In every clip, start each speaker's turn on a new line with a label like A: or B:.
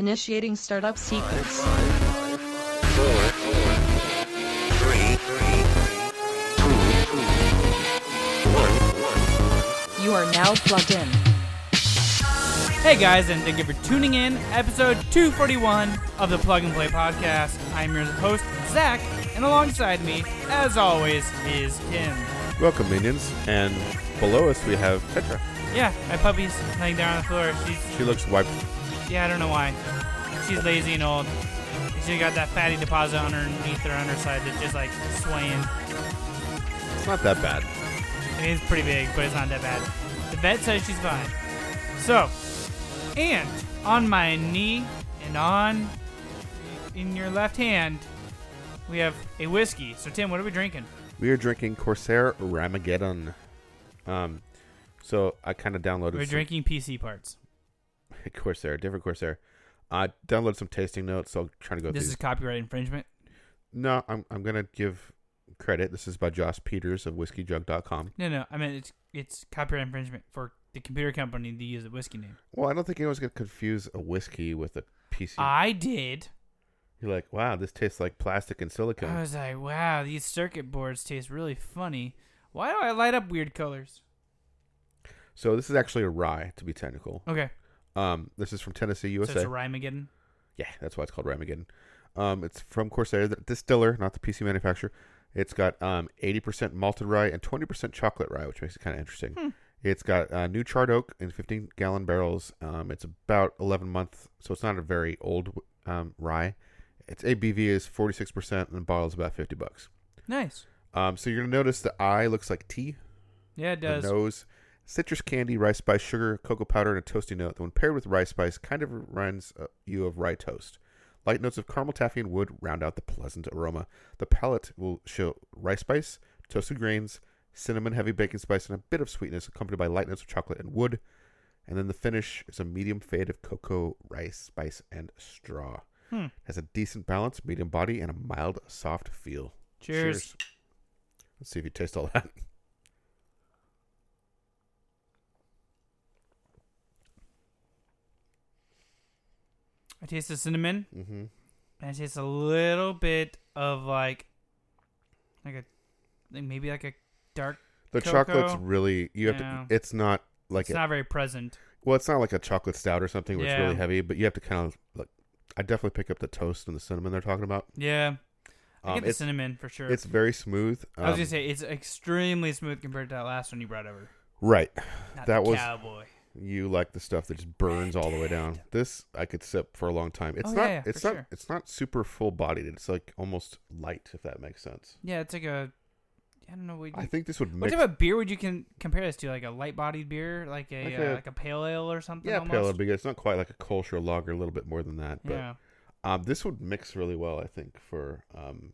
A: Initiating startup sequence.
B: four, three, two, one.
A: You are now plugged in.
C: Hey guys, and thank you for tuning in. Episode 241 of the Plug and Play Podcast. I'm your host, Zach, and alongside me, as always, is Tim.
D: Welcome, minions. And below us, we have Petra.
C: Yeah, my puppy's laying down on the floor. She's,
D: She looks wiped.
C: yeah, I don't know why. She's lazy and old. She got that fatty deposit underneath her underside that's just like swaying.
D: It's not that bad.
C: It is pretty big, but it's not that bad. The vet says she's fine. So, and on my knee and on in your left hand, we have a whiskey. So, Tim, what are we drinking?
D: We are drinking Corsair Ramageddon. Um, so I kind of downloaded
C: We're
D: some-
C: drinking PC parts.
D: Corsair, different Corsair. I downloaded some tasting notes, so I'm trying to go
C: This
D: through.
C: is copyright infringement.
D: No, I'm I'm gonna give credit. This is by Josh Peters of WhiskeyJug.com.
C: No, no, I mean it's it's copyright infringement for the computer company to use a whiskey name.
D: Well, I don't think anyone's gonna confuse a whiskey with a PC.
C: I did.
D: You're like, wow, this tastes like plastic and silicone.
C: I was like, wow, these circuit boards taste really funny. Why do I light up weird colors?
D: so this is actually a rye, to be technical.
C: Okay,
D: Um, this is from Tennessee, USA.
C: so it's a Rhymageddon.
D: Yeah, that's why it's called Ramageddon. Um, it's from Corsair, the distiller, not the PC manufacturer. It's got um, 80% malted rye and 20% chocolate rye, which makes it kind of interesting. It's got uh, new charred oak in 15 gallon barrels. Um, it's about 11 months, so it's not a very old um, rye. Its ABV is 46%, and the bottle is about 50 bucks.
C: Nice.
D: Um, so you're going to notice the eye looks like tea,
C: Yeah, it
D: the
C: does.
D: nose, citrus candy, rice spice, sugar, cocoa powder, and a toasty note. When paired with rice spice, kind of reminds uh, you of rye toast. Light notes of caramel, taffy, and wood round out the pleasant aroma. The palate will show rice spice, toasted grains, cinnamon, heavy baking spice, and a bit of sweetness, accompanied by light notes of chocolate and wood. And then the finish is a medium fade of cocoa, rice, spice, and straw.
C: Hmm.
D: Has a decent balance, medium body, and a mild, soft feel.
C: Cheers.
D: Let's see if you taste all that.
C: I taste the cinnamon,
D: Mm-hmm.
C: and I taste a little bit of like, like a, like maybe like a dark.
D: The
C: Cocoa.
D: chocolate's really you have
C: Yeah.
D: to. It's not like
C: it's
D: a,
C: not very present.
D: well, it's not like a chocolate stout or something where it's
C: Yeah.
D: really heavy, but you have to kind of like. I definitely pick up the toast and the cinnamon they're talking about.
C: Yeah, I
D: Um,
C: get the
D: it's,
C: cinnamon for sure.
D: it's very smooth. Um,
C: I was gonna say it's extremely smooth compared to that last one you brought over.
D: right.
C: Not
D: That
C: the
D: was-
C: cowboy.
D: You like the stuff that just burns all the way down. This I could sip for a long time. It's
C: Oh,
D: not.
C: yeah, yeah,
D: it's
C: for
D: not.
C: sure.
D: It's not super full bodied. It's like almost light, if that makes sense.
C: Yeah, it's like a. I don't know what.
D: I think this would
C: what
D: mix.
C: type of beer would you can compare this to? Like a light-bodied beer, like a
D: Like
C: like a,
D: a-
C: uh, like a pale ale or something.
D: yeah,
C: almost?
D: pale ale, because it's not quite like a Kolsch or lager. A little bit more than that, but
C: Yeah,
D: um, this would mix really well. I think for um,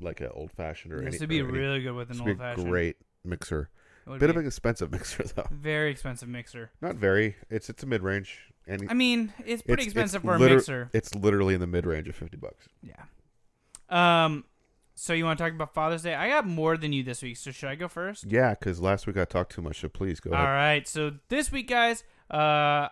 D: like an old fashioned or
C: this
D: any-
C: would be
D: or any
C: really good with an
D: It's a
C: old fashioned.
D: great mixer.
C: Would
D: Bit
C: be
D: of an expensive mixer though.
C: very expensive mixer.
D: Not very. It's it's a mid range, and
C: I mean, it's pretty
D: it's-
C: expensive
D: it's
C: for a
D: liter-
C: mixer.
D: It's literally in the mid range of fifty bucks.
C: Yeah. Um. So you want to talk about Father's Day? I got more than you this week, so should I go first?
D: Yeah, because last week I talked too much. So please go
C: All
D: ahead.
C: right. So this week, guys, uh,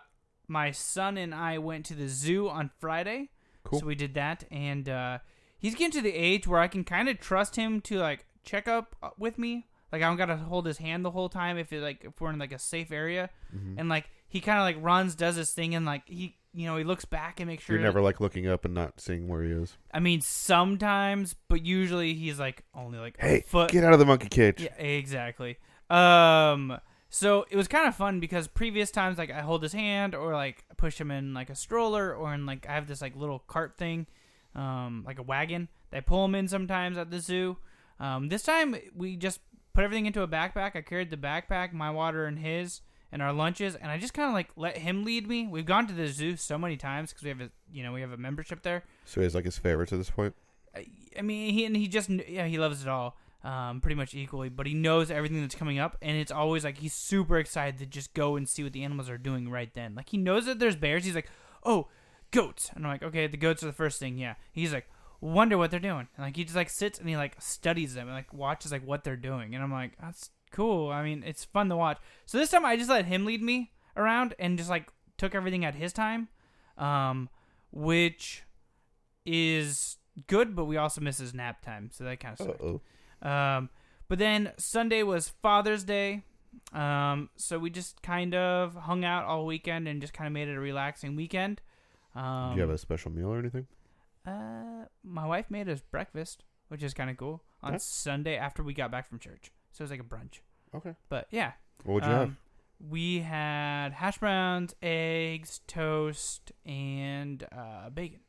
C: my son and I went to the zoo on Friday.
D: Cool.
C: So we did that, and uh, he's getting to the age where I can kind of trust him to like check up uh, with me. Like I don't gotta hold his hand the whole time if it like if we're in like a safe area,
D: Mm-hmm.
C: and like he kind of like runs, does his thing, and like he you know he looks back and makes sure
D: You're never like looking up and not seeing where he is.
C: I mean, sometimes, but usually he's like only like a
D: Hey,
C: foot.
D: get out of the monkey cage.
C: yeah, exactly. Um, so it was kind of fun because previous times, like I hold his hand or like push him in like a stroller or in like I have this like little cart thing, um, like a wagon. They pull him in sometimes at the zoo. Um, this time we just put everything into a backpack. I carried the backpack, my water, and his. And our lunches, and I just kind of like let him lead me. We've gone to the zoo so many times because we have a, you know, we have a membership there.
D: So he's like his favorites at this point.
C: I- I mean, he and he just kn- yeah, he loves it all, um, pretty much equally. But he knows everything that's coming up, and it's always like he's super excited to just go and see what the animals are doing right then. Like he knows that there's bears. He's like, oh, goats, and I'm like, okay, the goats are the first thing. Yeah, he's like, wonder what they're doing, and like he just like sits and he like studies them and like watches like what they're doing, and I'm like, that's cool. I mean, it's fun to watch. So this time I just let him lead me around and just like took everything at his time. Um, which is good, but we also miss his nap time, so that kind of sucks.
D: Uh-oh.
C: Um, but then Sunday was Father's Day. Um, so we just kind of hung out all weekend and just kind of made it a relaxing weekend. Um,
D: Did you have a special meal or anything?
C: Uh, my wife made us breakfast, which is kind of cool on
D: Nice.
C: Sunday after we got back from church. So it was like a brunch.
D: Okay.
C: But yeah,
D: What would you have?
C: um, We had hash browns, eggs, toast, and uh, bacon.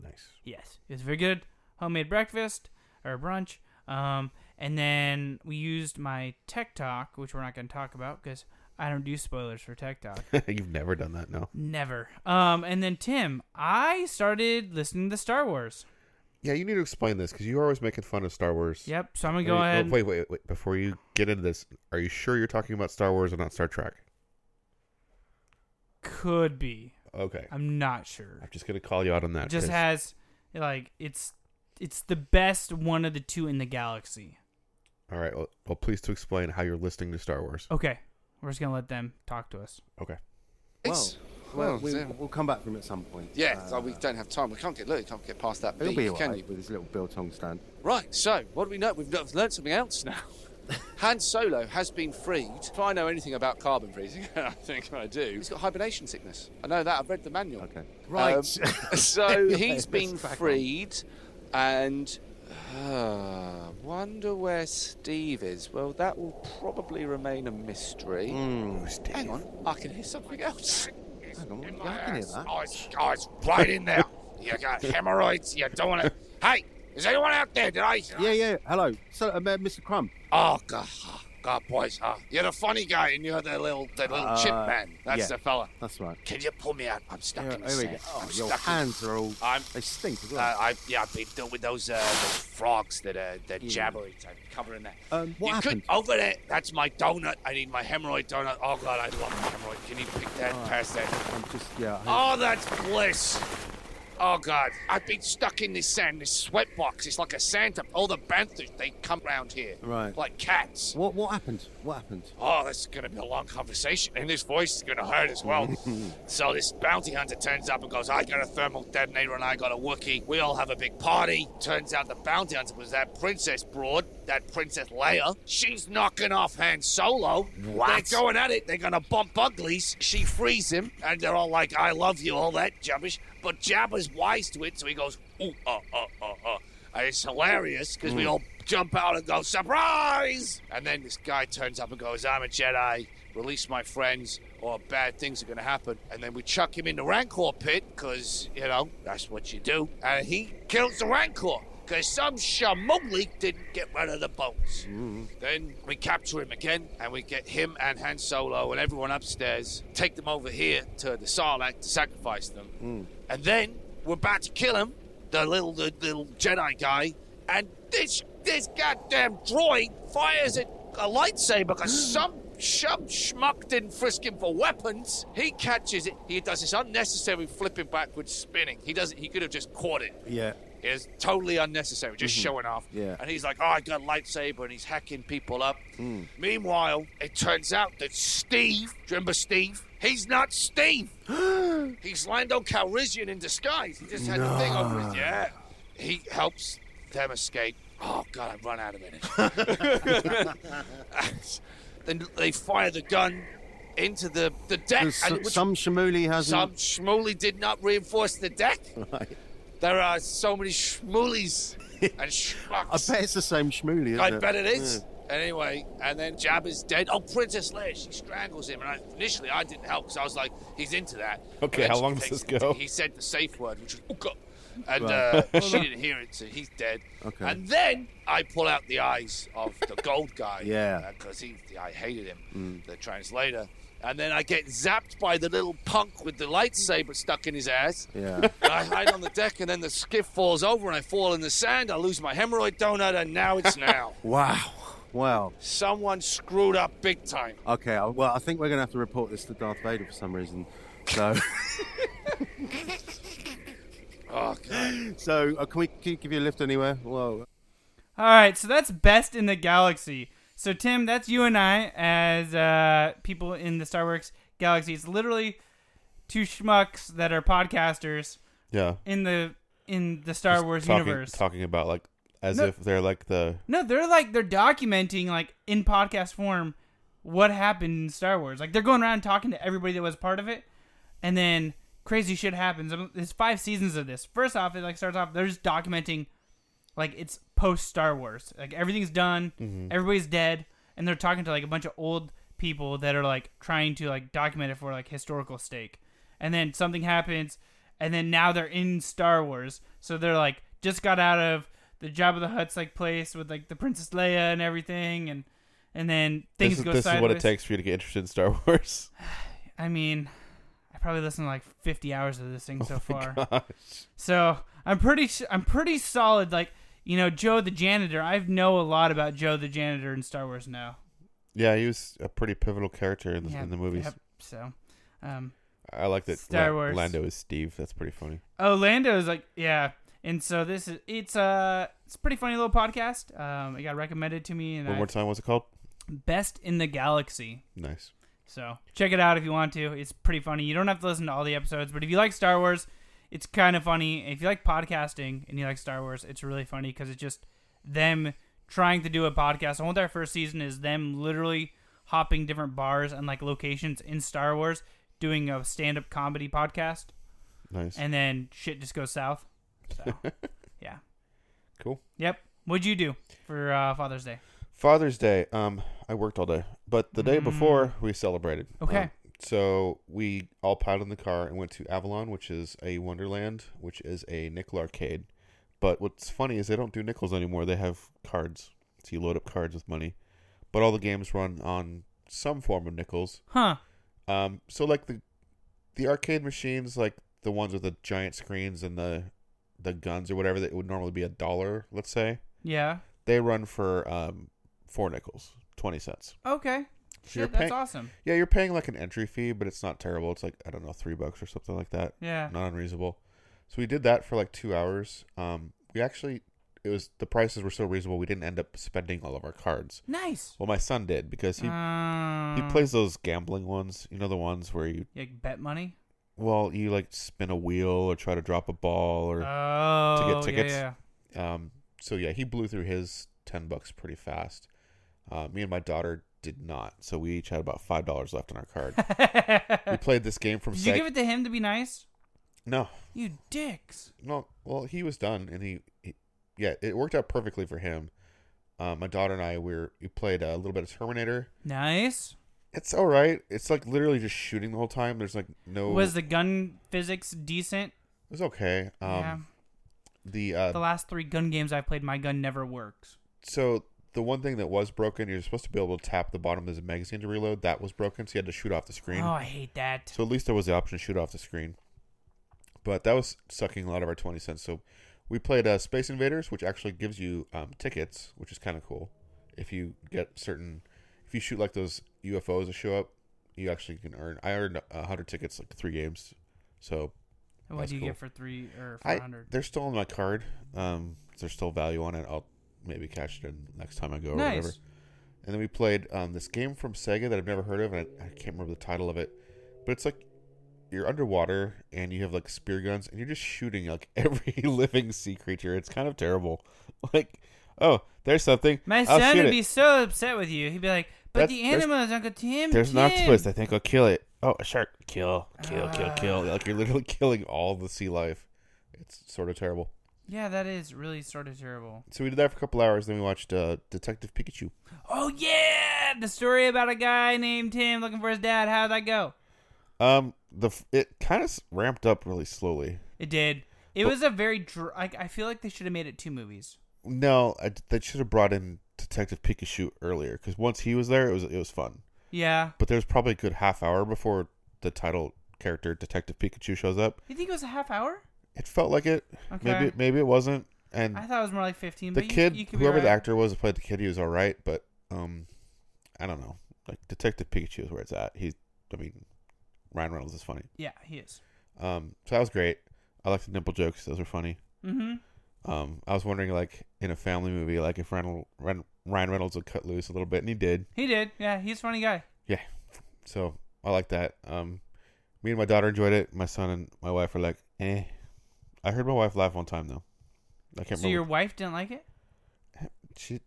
D: Nice.
C: Yes, it was very good. Homemade breakfast or brunch. Um, and then we used my Tech Talk, which we're not going to talk about because I don't do spoilers for Tech Talk.
D: You've never done that, no.
C: Never. Um, and then Tim, I started listening to Star Wars.
D: Yeah, you need to explain this because you're always making fun of Star Wars.
C: Yep. So I'm gonna
D: Are
C: go
D: you- oh,
C: ahead.
D: wait, wait, wait. Before you get into this, are you sure you're talking about Star Wars and not Star Trek?
C: Could be.
D: Okay.
C: I'm not sure.
D: I'm just gonna call you out on that.
C: It just
D: 'cause-
C: has like it's it's the best one of the two in the galaxy.
D: All right. Well, well, please to explain how you're listening to Star Wars.
C: Okay. We're just gonna let them talk to us.
D: Okay.
E: Well,
B: It's-
E: well,
B: well,
E: we,
B: yeah.
E: we'll come back from it at some point.
B: Yeah,
E: Uh,
B: so we don't have time. We can't get look, you can't get past that
E: it'll
B: beak,
E: be
B: can
E: alright
B: you?
E: with this little biltong stand.
B: Right. So, what do we know? We've no- we've learned something else now. Han Solo has been freed. If I know anything about carbon freezing, I think I do. He's got hibernation sickness. I know that. I've read the manual.
E: Okay.
B: Right.
E: Um,
B: so
E: Anyway,
B: he's
E: let's
B: been
E: crack on.
B: freed, and uh, wonder where Steve is. Well, that will probably remain a mystery. Hang on, I can hear something else.
E: Hmm, Hang on, yeah, I can hear that.
F: Oh, it's, oh, it's right in there. You got hemorrhoids. You don't want to. Hey, is anyone out there? Did I?
E: Yeah, yeah. Hello. So, uh, Mr. Crumb.
F: Oh God, oh, God, boys. Huh? You're the funny guy, and you're the little, the little
E: Uh,
F: chip man. That's
E: yeah.
F: the fella.
E: That's right.
F: Can you pull me out? I'm stuck
E: Here,
F: in the
E: here we
F: sand.
E: go. Oh,
F: I'm
E: your
F: stuck in-
E: hands are all.
F: I'm-
E: they stink as
F: Uh,
E: well.
F: I, yeah, I've been doing with those, uh, those frogs that uh, that
E: Yeah.
F: jabbery type covering that.
E: Um, what
F: Uh, you
E: happened?
F: Could, over there, that's my donut. I need my hemorrhoid donut. Oh God, I love my hemorrhoid. Can you pick that past that?
E: I'm just yeah. I-
F: Oh, that's bliss. Oh God, I've been stuck in this sand, this sweat box. It's like a Santa. All the banthas they come round here,
E: Right.
F: Like cats.
E: What what happened? What happened?
F: Oh, this is gonna be a long conversation, and this voice is gonna hurt as well. so this bounty hunter turns up and goes, "I got a thermal detonator and I got a Wookiee. We all have a big party." Turns out the bounty hunter was that princess broad, that princess Leia. She's knocking off Han Solo.
B: What?
F: They're going at it. They're gonna bump uglies. She frees him, and they're all like, "I love you," all that rubbish. But Jabba's wise to it, so he goes, "Ooh, uh, uh, uh, uh." And it's hilarious because we all jump out and go, surprise! And then this guy turns up and goes, I'm a Jedi, release my friends, or bad things are going to happen. And then we chuck him in the Rancor pit because, you know, that's what you do. And he kills the Rancor because some shamoogly didn't get rid of the bones. Then we capture him again, and we get him and Han Solo and everyone upstairs, take them over here to the Sarlacc to sacrifice them. And then we're about to kill him, the little the little Jedi guy, and this this goddamn droid fires a, a lightsaber because some some schmuck didn't frisk him for weapons. He catches it. He does this unnecessary flipping backwards spinning. He does. He could have just caught it.
E: Yeah.
F: It's totally unnecessary, just showing off.
E: Mm-hmm. Yeah.
F: And he's like, oh, I got a lightsaber, and he's hacking people up.
E: Mm.
F: Meanwhile, it turns out that Steve, do you remember Steve? He's not Steve. he's Lando Calrissian in disguise. He just had the thing over his yeah. He helps them escape. Oh God, I've run out of minutes. then they fire the gun into the the deck.
E: There's
F: and
E: s-
F: which-
E: some Shamuli has
F: some schmooly did not reinforce the deck. There are so many schmoolies and
E: I
F: schmucks.
E: bet Mm. it's the same Shmooly, isn't
F: I
E: it?
F: bet it is. Anyway, and then Jabba's dead. Oh, Princess Leia, she strangles him. And I, initially, I didn't help because I was like, he's into that.
D: Okay,
F: And
D: how
F: she
D: long does this
F: takes him to-
D: go?
F: He said the safe word, which was Uka. And uh, she didn't hear it, so he's dead.
E: Okay.
F: And then I pull out the eyes of the gold guy.
E: Yeah.
F: Because he, I hated him,
G: Mm.
F: the translator. And then I get zapped by the little punk with the lightsaber stuck in his ass.
E: Yeah.
F: And I hide on the deck, and then the skiff falls over, and I fall in the sand. I lose my hemorrhoid donut, and now it's now.
E: wow. Wow.
F: Someone screwed up big time.
E: Okay. I- Well, I think we're gonna have to report this to Darth Vader for some reason. So,
F: Oh god.
E: so uh, can we can you give you a lift anywhere? Well,
C: All right, so that's best in the galaxy. So Tim, that's you and I as uh, people in the Star Wars galaxy. It's literally two schmucks that are podcasters
D: Yeah.
C: in the in the Star Wars
D: talking,
C: universe.
D: Talking about like as
C: No.
D: if they're like the
C: No, they're like they're documenting like in podcast form what happened in Star Wars. Like they're going around talking to everybody that was part of it, and then crazy shit happens. Um, There's five seasons of this. First off, it like starts off they're just documenting like it's post Star Wars. Like everything's done,
D: Mm-hmm.
C: everybody's dead, and they're talking to like a bunch of old people that are like trying to like document it for like historical stake. And then something happens, and then now they're in Star Wars. So they're like just got out of the Jabba the Hutt's like place with like the Princess Leia and everything, and and then things
D: this is,
C: go
D: this is
C: sideways.
D: what it takes for you to get interested in Star Wars.
C: I mean, I probably listened to like 50 hours of this thing so far.
D: Oh Gosh.
C: So I'm pretty s- I'm pretty solid. Like you know, Joe the janitor. I know a lot about Joe the janitor in Star Wars now.
D: Yeah, he was a pretty pivotal character in the,
C: Yeah,
D: in the movies.
C: yep, So, um,
D: I like that
C: Star
D: La-
C: Wars.
D: Lando is Steve. That's pretty funny.
C: oh, Lando's like yeah. And so this is it's uh it's a pretty funny little podcast. Um, it got recommended to me and
D: One
C: I,
D: more time, what's it called?
C: best in the galaxy.
D: Nice.
C: So check it out if you want to. It's pretty funny. You don't have to listen to all the episodes, but if you like Star Wars, it's kind of funny. If you like podcasting and you like Star Wars, it's really funny because it's just them trying to do a podcast. And what their first season is them literally hopping different bars and like locations in Star Wars, doing a stand-up comedy podcast,
D: Nice.
C: and then shit just goes south. So yeah,
D: cool.
C: yep. What'd you do for uh, Father's Day?
D: Father's Day. Um, I worked all day, but the day before we celebrated.
C: Okay.
D: Um, so we all piled in the car and went to Avalon, which is a Wonderland, which is a nickel arcade. But what's funny is they don't do nickels anymore. They have cards, so you load up cards with money. But all the games run on some form of nickels.
C: Huh?
D: Um, so like the the arcade machines, like the ones with the giant screens and the the guns or whatever that would normally be a dollar, let's say
C: Yeah.
D: they run for um, four nickels, twenty cents.
C: Okay.
D: you're
C: Shit, that's
D: paying-
C: awesome.
D: Yeah, you're paying like an entry fee, but it's not terrible. It's like I don't know, three bucks or something like that.
C: Yeah.
D: Not unreasonable. So we did that for like two hours. Um, we actually, it was the prices were so reasonable. We didn't end up spending all of our cards.
C: Nice.
D: Well, my son did because he
C: Um,
D: he plays those gambling ones. You know the ones where you
C: like bet money.
D: well you like spin a wheel or try to drop a ball or
C: Oh,
D: to get
C: yeah,
D: tickets.
C: Yeah,
D: Um, so yeah, he blew through his ten bucks pretty fast. Uh, me and my daughter did not, so we each had about five dollars left on our card. we played this game from
C: Did you
D: Seg-
C: give it to him to be nice?
D: no,
C: You dicks.
D: no. Well, he was done, and he, he yeah, it worked out perfectly for him. Uh, my daughter and I we were we played a little bit of Terminator.
C: Nice.
D: It's all right. It's like literally just shooting the whole time. There's like no.
C: Was the gun physics decent?
D: it was okay. Um,
C: yeah.
D: The uh,
C: The last three gun games I've played, my gun never works.
D: so the one thing that was broken, you're supposed to be able to tap the bottom of the magazine to reload. That was broken, so you had to shoot off the screen.
C: Oh, I hate that.
D: So at least there was the option to shoot off the screen. But that was sucking a lot of our 20 cents. So we played uh, Space Invaders, which actually gives you um, tickets, which is kind of cool. If you get certain, if you shoot like those UFOs that show up, you actually can earn. I earned a 100 tickets like three games. So
C: What
D: that's
C: do you
D: cool.
C: get for three or four
D: I,
C: hundred?
D: they're still on my card. Um, there's still value on it. I'll maybe cash it in next time I go or
C: Nice.
D: whatever. And then we played um, this game from Sega that I've never heard of, and I, I can't remember the title of it. But it's like you're underwater and you have like spear guns, and you're just shooting like every living sea creature. It's kind of terrible. Like, oh, there's something.
C: My
D: I'll
C: son
D: shoot
C: would
D: it.
C: be so upset with you. He'd be like, "But
D: That's-
C: the
D: there's-
C: animals, Uncle Tim."
D: There's an
C: Tim.
D: octopus. I think I'll kill it. Oh, a shark. Kill, kill, kill,
C: Ah.
D: kill. Like you're literally killing all the sea life. It's sort of terrible.
C: Yeah, that is really sort of terrible.
D: So we did that for a couple hours. Then we watched uh, Detective Pikachu.
C: Oh yeah, the story about a guy named Tim looking for his dad. How'd that go?
D: Um, the f- it kind of ramped up really slowly.
C: It did. It
D: But-
C: was a very dr- like I feel like they should have made it two movies.
D: No, I, they should have brought in Detective Pikachu earlier because once he was there, it was it was fun.
C: Yeah.
D: But there was probably a good half hour before the title character Detective Pikachu shows up.
C: You think it was a half hour?
D: It felt like it.
C: Okay.
D: Maybe maybe it wasn't. And
C: I thought it was more like fifteen.
D: the
C: but
D: kid,
C: you, you could be
D: whoever the
C: right.
D: actor was that played the kid, he was all right. But um, I don't know. Like Detective Pikachu is where it's at. He's, I mean, Ryan Reynolds is funny.
C: Yeah, he is.
D: Um, so that was great. I like the nipple jokes; those were funny.
C: Mm-hmm.
D: Um, I was wondering, like in a family movie, like if Ryan, Ryan, Ryan Reynolds would cut loose a little bit, and he did.
C: He did. Yeah, he's a funny guy.
D: So I like that. Um, me and my daughter enjoyed it. My son and my wife were like, "Eh, I heard my wife laugh one time though. I can't
C: So your
D: remember.
C: wife didn't like it?
D: She,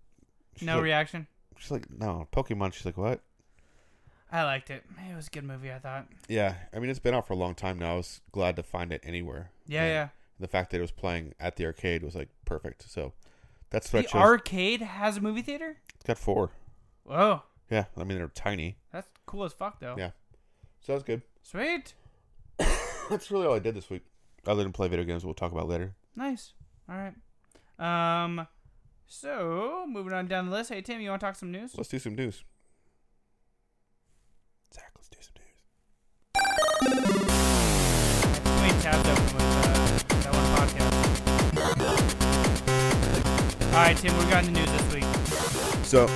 D: she's
C: No
D: like,
C: reaction.
D: She's like, no, Pokemon. She's like, what?
C: I liked it. It was a good movie. I thought.
D: Yeah, I mean, it's been out for a long time now. I was glad to find it anywhere.
C: Yeah,
D: And
C: yeah.
D: The fact that it was playing at the arcade was like perfect. So that's what I
C: the
D: chose.
C: arcade has a movie theater.
D: it's got four.
C: Whoa,
D: Yeah, I mean they're tiny.
C: that's cool as fuck though.
D: Yeah. So that's good.
C: Sweet.
D: That's really all I did this week. Other than play video games, we'll talk about later.
C: Nice. All right. Um. So moving on down the list. Hey Tim, you want to talk some news?
D: Let's do some news. Zach, let's do some news.
C: Let me tab that one with, uh, that one podcast. All right, Tim, we got in the news this week.
D: So,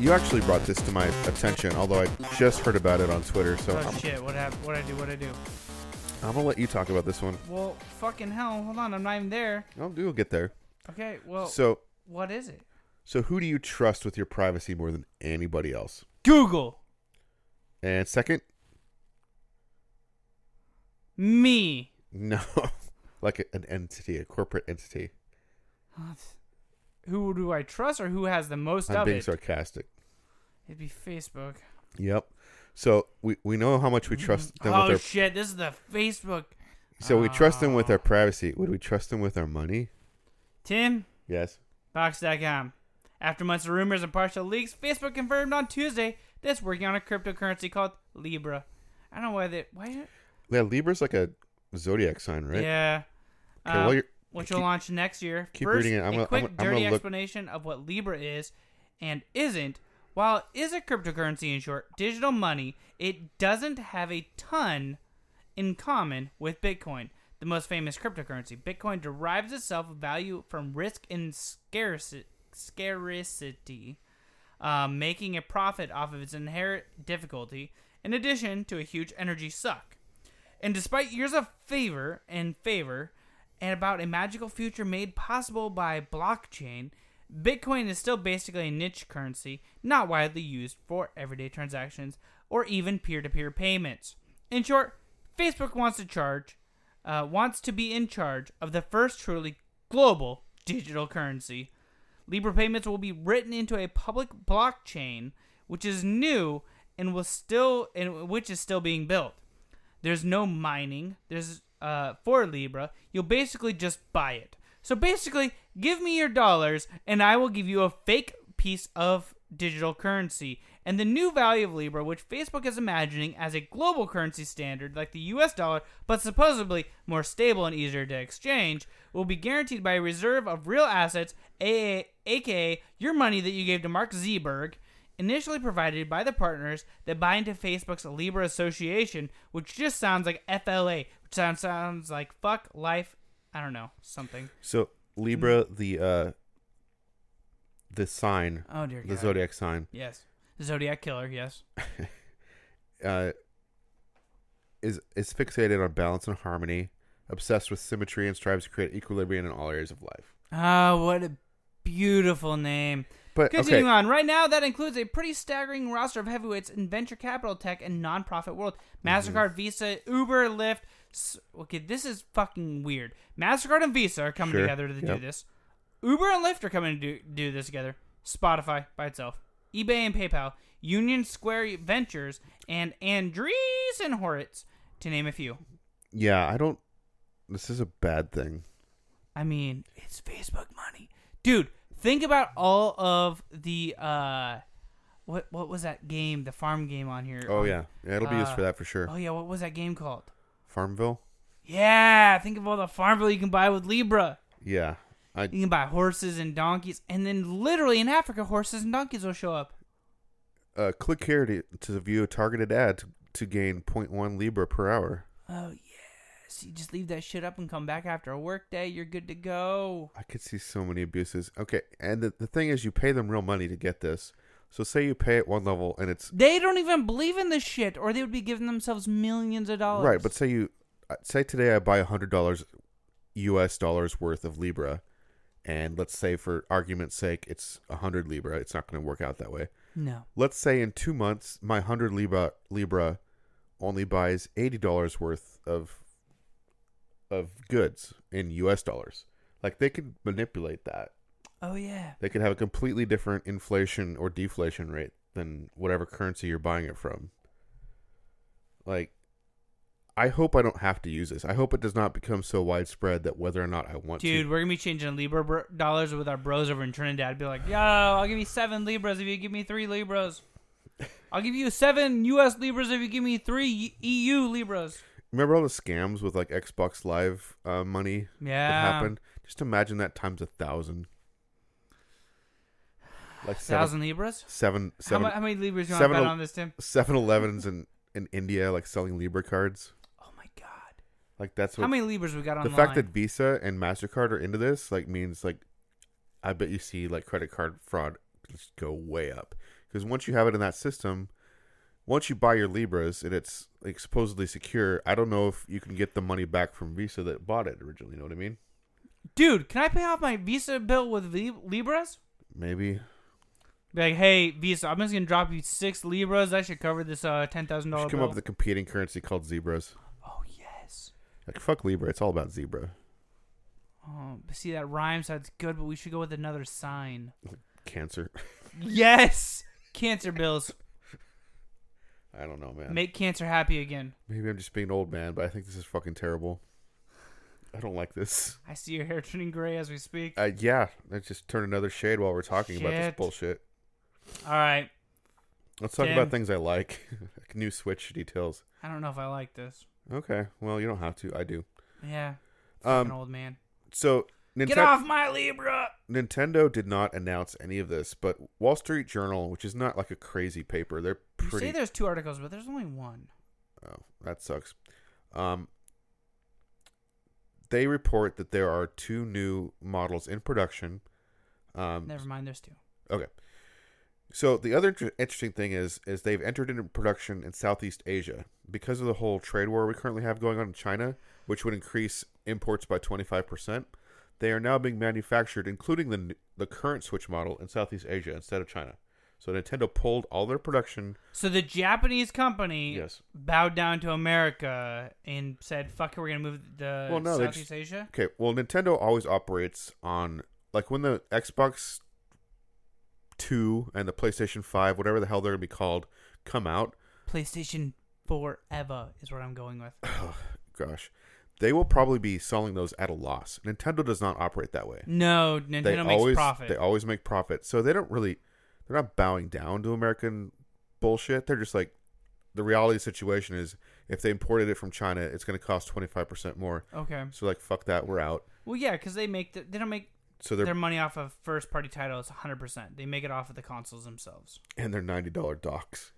D: you actually brought this to my attention, although I just heard about it on Twitter. So
C: Oh
D: I'm,
C: shit! What happened? What I do? What I do?
D: I'm gonna let you talk about this one.
C: Well, fucking hell! Hold on, I'm not even there.
D: Oh, we'll get there.
C: Okay. Well,
D: So,
C: what is it?
D: so who do you trust with your privacy more than anybody else?
C: Google
D: And second,
C: me.
D: no, like a- an entity, a corporate entity.
C: Who do I trust, or who has the most
D: I'm
C: of
D: being
C: it?
D: sarcastic.
C: It'd be Facebook.
D: Yep. So we, we know how much we trust them
C: oh
D: with our
C: shit! This is the Facebook.
D: so we trust them with our
C: Ah.
D: privacy. Would we trust them with our money?
C: Tim
D: Yes.
C: Box.com. After months of rumors and partial leaks, Facebook confirmed on Tuesday that it's working on a cryptocurrency called Libra. I don't know why they. Why?
D: Yeah, Libra's like a zodiac sign, right?
C: Yeah.
D: Okay,
C: Uh,
D: well, you're-
C: which
D: keep-
C: will launch next year.
D: keep
C: First,
D: reading it. I'm
C: a
D: gonna- I'm
C: quick,
D: gonna- I'm
C: dirty
D: gonna look-
C: explanation of what Libra is and isn't. While it is a cryptocurrency, in short, digital money, it doesn't have a ton in common with Bitcoin, the most famous cryptocurrency. Bitcoin derives itself value from risk and scarcity, scarcity um, making a profit off of its inherent difficulty, in addition to a huge energy suck. And despite years of favor and favor and about a magical future made possible by blockchain, Bitcoin is still basically a niche currency, not widely used for everyday transactions or even peer-to-peer payments. In short, Facebook wants to charge uh, wants to be in charge of the first truly global digital currency. Libra payments will be written into a public blockchain, which is new and will still and which is still being built. There's no mining. There's uh, for Libra, you'll basically just buy it. So basically, give me your dollars and I will give you a fake piece of digital currency. And the new value of Libra, which Facebook is imagining as a global currency standard like the US dollar, but supposedly more stable and easier to exchange, will be guaranteed by a reserve of real assets, AA, aka your money that you gave to Mark Zuckerberg initially provided by the partners that buy into Facebook's Libra Association, which just sounds like FLA, which sounds sounds like fuck life. I don't know something.
D: So Libra,
C: hmm.
D: the uh, the sign,
C: Oh dear
D: the
C: God.
D: zodiac sign,
C: Yes, Zodiac killer. Yes.
D: uh, is is fixated on balance and harmony, obsessed with symmetry, and strives to create equilibrium in all areas of life.
C: Ah, what a beautiful name.
D: But
C: Continuing
D: okay,
C: on, right now that includes a pretty staggering roster of heavyweights in venture capital, tech, and nonprofit world.
D: Mm-hmm.
C: Mastercard, Visa, Uber, Lyft. S- Okay, this is fucking weird. Mastercard and Visa are coming
D: Sure,
C: together to do
D: yep.
C: this. Uber and Lyft are coming to do, do this together. Spotify by itself, eBay and PayPal, Union Square Ventures, and Andreessen Horowitz, to name a few.
D: yeah, I don't. This is a bad thing.
C: I mean, it's Facebook money, dude. Think about all of the uh, what what was that game? The farm game on here.
D: Oh
C: on-
D: yeah, yeah it'll be used
C: uh,
D: for that for sure.
C: Oh yeah, what was that game called?
D: Farmville.
C: Yeah, think of all the Farmville you can buy with Libra.
D: Yeah, I
C: You can buy horses and donkeys, and then literally in Africa, horses and donkeys will show up.
D: uh, click here to, to view a targeted ad to, to gain 0.1 libra per hour.
C: Oh yes, you just leave that shit up and come back after a work day. You're good to go.
D: I could see so many abuses. Okay, and the, the thing is, you pay them real money to get this. So say you pay at one level and it's
C: They don't even believe in this shit, or they would be giving themselves millions of dollars.
D: right, but say you uh, say today I buy a hundred dollars U.S. dollars worth of libra, and let's say for argument's sake it's a hundred libra. It's not going to work out that way.
C: no.
D: Let's say in two months my hundred libra libra only buys eighty dollars worth of of goods in U.S. dollars. Like they could manipulate that.
C: Oh yeah.
D: They could have a completely different inflation or deflation rate than whatever currency you're buying it from. Like, I hope I don't have to use this. I hope it does not become so widespread that whether or not I want
C: Dude,
D: to.
C: we're gonna be changing Libra bro- dollars with our bros over in Trinidad. Be like, yo, I'll give you seven Libras if you give me three Libras. I'll give you seven U.S. Libras if you give me three EU Libras.
D: Remember all the scams with like Xbox Live uh, money that
C: Yeah.
D: happened? Just imagine that times a thousand. Like
C: Thousand
D: seven,
C: Libras.
D: seven,
C: How,
D: seven,
C: mu- how many Libras do you want
D: seven
C: to bet
D: el-
C: on this, Tim?
D: seven Elevens in in India, like selling Libra cards.
C: Oh my God.
D: Like that's what
C: How many Libras we got on
D: the fact that Visa and Mastercard are into this like means like I bet you see like credit card fraud just go way up because once you have it in that system, once you buy your libras and it's like supposedly secure, I don't know if you can get the money back from Visa that bought it originally. You know what I mean?
C: dude, can I pay off my Visa bill with Lib- Libras?
D: Maybe
C: Be like, hey Visa, I'm just gonna drop you six Libras. That should cover this uh ten thousand
D: you
C: dollar
D: should come
C: bill.
D: up with a competing currency called zebras.
C: oh yes.
D: Like fuck libra, it's all about zebra.
C: Oh, see that rhyme sounds good, but we should go with another sign.
D: Cancer.
C: Yes, cancer bills
D: I don't know, man.
C: make cancer happy again.
D: Maybe I'm just being an old man, but I think this is fucking terrible. I don't like this.
C: I see your hair turning gray as we speak.
D: Uh, yeah, let's just turn another shade while we're talking about this
C: Shit.
D: bullshit.
C: All right,
D: Let's talk
C: Tim.
D: about things I like. Like New Switch details.
C: I don't know if I like this.
D: Okay, well you don't have to. I do.
C: Yeah,
D: Um,
C: an old man.
D: So Ninten-
C: Get off my Libra.
D: Nintendo did not announce any of this, but Wall Street Journal, which is not like a crazy paper, they're
C: You
D: pretty.
C: say there's two articles, but there's only one.
D: Oh, that sucks. Um, they report that there are two new models in production. Um,
C: Never mind, there's two.
D: Okay. So the other inter- interesting thing is is they've entered into production in Southeast Asia because of the whole trade war we currently have going on in China, which would increase imports by 25%. They are now being manufactured including the n- the current Switch model in Southeast Asia instead of China. So Nintendo pulled all their production.
C: So the Japanese company
D: Yes.
C: bowed down to America and said, "Fuck it, we're gonna move the
D: Well, no, they
C: Southeast
D: just-
C: Asia."
D: Okay, well Nintendo always operates on like when the Xbox 2 and the PlayStation 5, whatever the hell they're going to be called, come out,
C: PlayStation Forever is what I'm going with.
D: gosh, they will probably be selling those at a loss. Nintendo does not operate that way.
C: No, Nintendo
D: they
C: makes
D: always
C: profit.
D: they always make profit, so they don't really they're not bowing down to American bullshit. They're just like the reality situation is if they imported it from China, it's going to cost twenty five percent more.
C: okay.
D: So like fuck that, we're out.
C: Well, yeah, because they make the, they don't make
D: So
C: their
D: they're
C: money off of first party titles 100. percent They make it off of the consoles themselves,
D: and they're ninety dollar docs.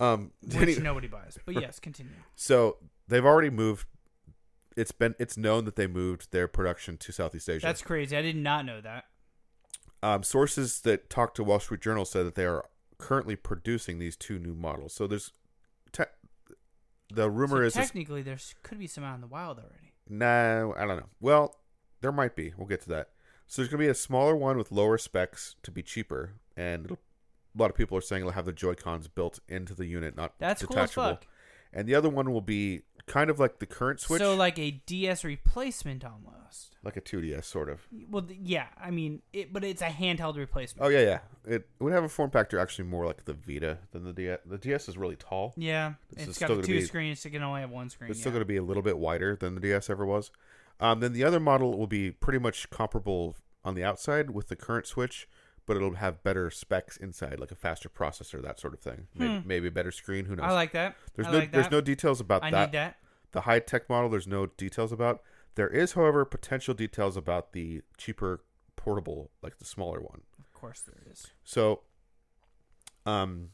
D: Um,
C: which nobody buys. But yes, continue.
D: so they've already moved. It's been it's known that they moved their production to Southeast Asia.
C: That's crazy. I did not know that.
D: um, sources that talk to Wall Street Journal said that they are currently producing these two new models. So there's te- the rumor
C: So
D: is this,
C: technically there s- could be some out in the wild already.
D: no, I don't know. Well, there might be. We'll get to that. So there's going to be a smaller one with lower specs to be cheaper, and it'll, a lot of people are saying it'll have the Joy Cons built into the unit, not
C: That's cool as
D: detachable.
C: fuck.
D: And the other one will be kind of like the current Switch,
C: So like a DS replacement almost.
D: like a 2DS sort of.
C: Well, th- yeah. I mean, it, but it's a handheld replacement.
D: Oh yeah, yeah. It would have a form factor actually more like the Vita than the DS. The DS is really tall.
C: Yeah,
D: This is
C: it's got
D: still gonna
C: two
D: be-
C: screens. It can only have one screen.
D: It's still
C: yeah.
D: going to be a little bit wider than the DS ever was. Um, then the other model will be pretty much comparable on the outside with the current Switch, but it'll have better specs inside, like a faster processor, that sort of thing. Maybe, maybe a better screen. Who knows?
C: Hmm. I like that.
D: there's
C: I
D: no
C: like
D: there's
C: that.
D: no details about
C: I
D: that.
C: need that.
D: The high tech model, there's no details about. There is, however, potential details about the cheaper portable, like the smaller one.
C: Of course there is.
D: So, um,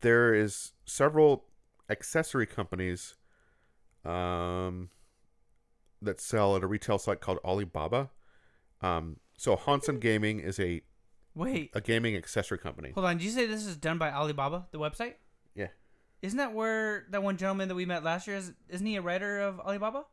D: there is several accessory companies, um, that sell at a retail site called Alibaba. Um, so Hanson Gaming is a
C: Wait,
D: a gaming accessory company.
C: hold on. Did you say this is done by Alibaba, the website?
D: Yeah,
C: Isn't that where that one gentleman that we met last year is? Isn't he a writer of Alibaba?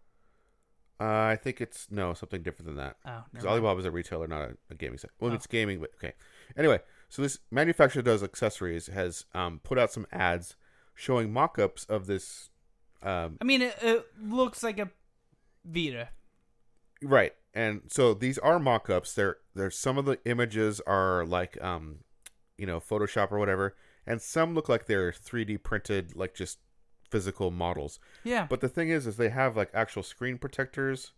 D: uh, I think it's no something different than that.
C: Oh,
D: Because
C: never mind.
D: Alibaba is a retailer, not a, a gaming site. Well,
C: Oh.
D: it's gaming, but okay. Anyway, so this manufacturer that does accessories has um, put out some ads showing mock-ups of this um,
C: I mean, it, it looks like a Vita.
D: Right. And so these are mock-ups. They're they're some of the images are like um you know, Photoshop or whatever, and some look like they're 3D printed like just physical models.
C: Yeah.
D: But the thing is is they have like actual screen protectors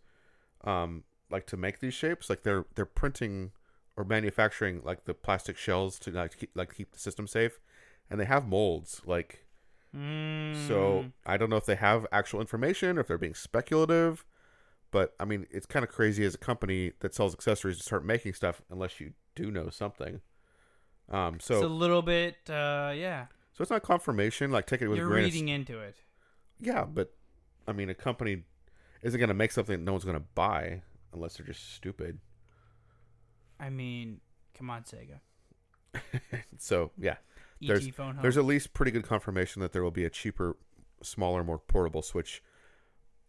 D: um like to make these shapes. Like they're they're printing or manufacturing like the plastic shells to like keep, like keep the system safe. And they have molds like
C: Mm,
D: so I don't know if they have actual information or if they're being speculative, but I mean it's kind of crazy as a company that sells accessories to start making stuff unless you do know something. Um, so
C: it's
D: so,
C: a little bit. Uh, yeah,
D: it's not confirmation. Like take it with a
C: you're
D: grain. of
C: reading into it.
D: yeah, but I mean a company isn't going to make something that no one's going to buy unless they're just stupid.
C: I mean, come on, Sega.
D: So yeah,
C: ET
D: there's
C: E phone home.
D: there's at least pretty good confirmation that there will be a cheaper, smaller, more portable Switch.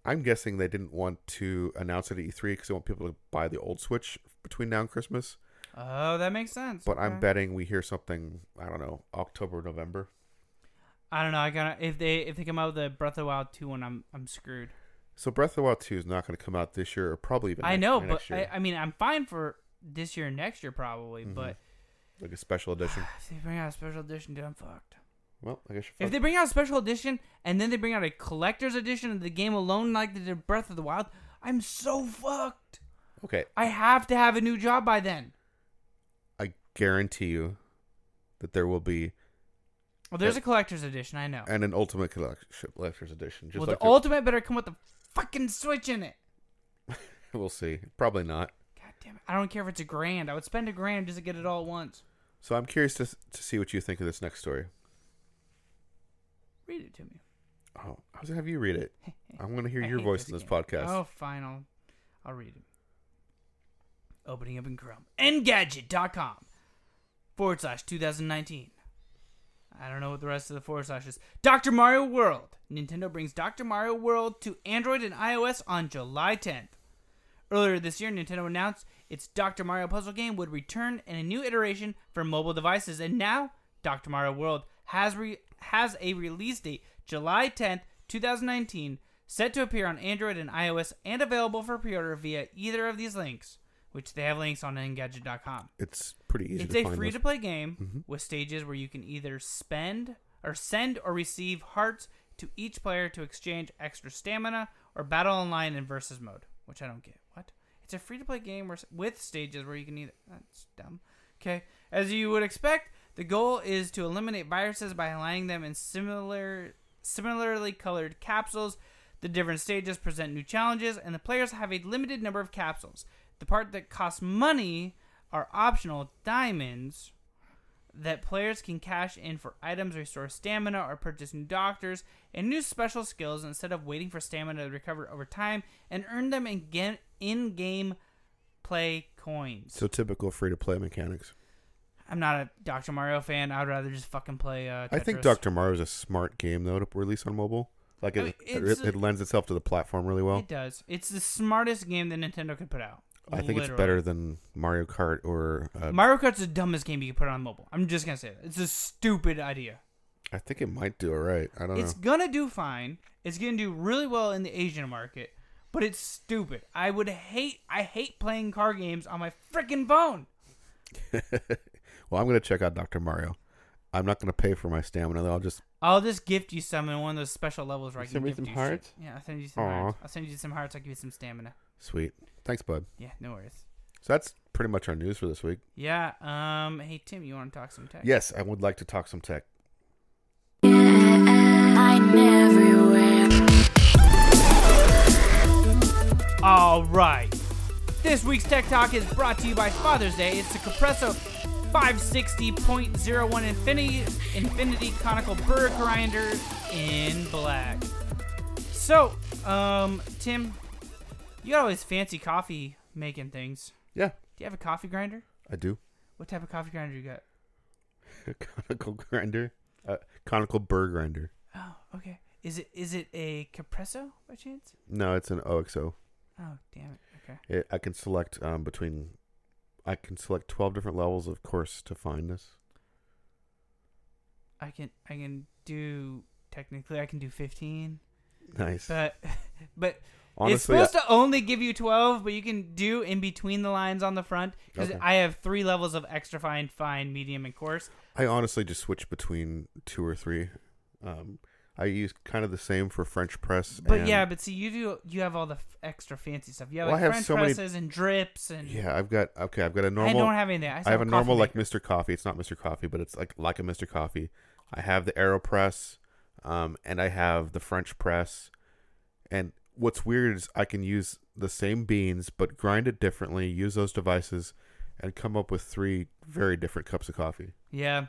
D: I'm guessing they didn't want to announce it at E3 because they want people to buy the old Switch between now and Christmas.
C: Oh, that makes sense.
D: But I'm
C: Okay.
D: betting we hear something. I don't know, October, November.
C: I don't know. I gotta if they if they come out with a Breath of the Wild two one, I'm I'm screwed.
D: So Breath of the Wild 2 is not going to come out this year, or probably even.
C: I
D: next-
C: know, but
D: next
C: I,
D: year,
C: I mean, I'm fine for this year and next year probably. But
D: Mm-hmm. like a special edition.
C: if they bring out a special edition, dude, I'm fucked.
D: Well, I guess you're
C: If they bring out a special edition and then they bring out a collector's edition of the game alone, like they did Breath of the Wild, I'm so fucked.
D: fucked. okay.
C: I have to have a new job by then.
D: I guarantee you that there will be
C: Well, there's a collector's edition. I know.
D: and an ultimate collection collector's edition. Just
C: well,
D: like
C: the
D: there-
C: ultimate better come with the fucking Switch in it.
D: we'll see. Probably not.
C: God damn it! I don't care if it's a grand. I would spend a grand just to get it all at once.
D: So I'm curious to to see what you think of this next story.
C: Read it to me.
D: Oh, I was gonna have you read it. I want to hear
C: I
D: your
C: hate
D: voice in this
C: game.
D: podcast.
C: Oh, fine. I'll, I'll read it. Opening up in Chrome. Engadget.com forward slash 2019. I don't know what the rest of the forward slash is. Dr. Mario World. Nintendo brings Dr. Mario World to Android and iOS on July 10th. Earlier this year, Nintendo announced its Dr. Mario puzzle game would return in a new iteration for mobile devices, and now Dr. Mario World has re- has a release date, July 10th, 2019, set to appear on Android and iOS and available for pre-order via either of these links, which they have links on engadget.com.
D: It's pretty easy
C: It's
D: to
C: a
D: find.
C: free
D: those. Mm-hmm.
C: to play game with stages where you can either spend or send or receive hearts to each player to exchange extra stamina or battle online in versus mode, which I don't get. What? It's a free to play game where, with stages where you can either. That's dumb. Okay. As you would expect, the goal is to eliminate viruses by aligning them in similar, similarly colored capsules. The different stages present new challenges, and the players have a limited number of capsules. The part that costs money are optional diamonds that players can cash in for items, restore stamina, or purchase new doctors and new special skills instead of waiting for stamina to recover over time and earn them in, ga- in game play coins.
D: So typical free to play mechanics.
C: I'm not a Dr. Mario fan. I'd rather just fucking play. Uh,
D: I think
C: Tetris.
D: Doctor Mario is a smart game though to release on mobile. Like
C: I
D: it,
C: mean, Uh, it's
D: it, it lends itself to the platform really well.
C: It does. It's the smartest game that Nintendo could put out.
D: I think it's
C: Literally.
D: better than Mario Kart or uh,
C: Mario Kart's the dumbest game you could put on mobile. I'm just gonna say that. It's a stupid idea.
D: I think it might do all right. I don't
C: It's
D: know.
C: gonna do fine. It's gonna do really well in the Asian market, but it's stupid. I would hate. I hate playing car games on my freaking phone.
D: Well, I'm gonna check out Doctor Mario. I'm not gonna pay for my stamina though. I'll just
C: I'll just gift you some in one of those special levels where I
D: You
C: can
D: send me
C: gift
D: some
C: you
D: hearts?
C: Shit. Yeah, I'll send you some
D: Aw.
C: hearts. I'll send you some hearts. I'll give you some stamina.
D: sweet. Thanks, bud.
C: Yeah, no worries.
D: So that's pretty much our news for this week.
C: Yeah. Um. Hey Tim, you want to talk some tech?
D: Yes, I would like to talk some tech.
C: All right. This week's Tech Talk is brought to you by Father's Day. It's the Compresso 560.01 Infinity Infinity Conical Burr Grinder in black. So, um, Tim, you got all these fancy coffee making things.
D: Yeah,
C: Do you have a coffee grinder?
D: I do.
C: What type of coffee grinder you got?
D: conical grinder, uh, conical burr grinder.
C: Oh, okay. Is it is it a Capresso by chance?
D: No, it's an OXO.
C: Oh, damn it. Okay.
D: It, I can select um, between. I can select twelve different levels of course to find this.
C: I can I can do technically I can do 15,
D: Nice.
C: but but it's
D: Honestly,
C: supposed
D: I-
C: to only give you 12, but you can do in between the lines on the front because I have three levels of extra fine, fine, medium, and coarse.
D: I honestly just switch between two or three. Um, I use kind of the same for French press.
C: But
D: and-
C: yeah, but see, you do you have all the f- extra fancy stuff. You have
D: Well,
C: like
D: I have
C: French
D: so many-
C: presses and drips and.
D: yeah, I've got okay. I've got a
C: I
D: normal.
C: don't have anything. I, just
D: I have a
C: coffee
D: normal like
C: maker.
D: Mr. Coffee. It's not Mr. Coffee, but it's like like a Mr. Coffee. I have the Aeropress, um, and I have the French press. And what's weird is I can use the same beans, but grind it differently. Use those devices, and come up with three very different cups of coffee.
C: Yeah.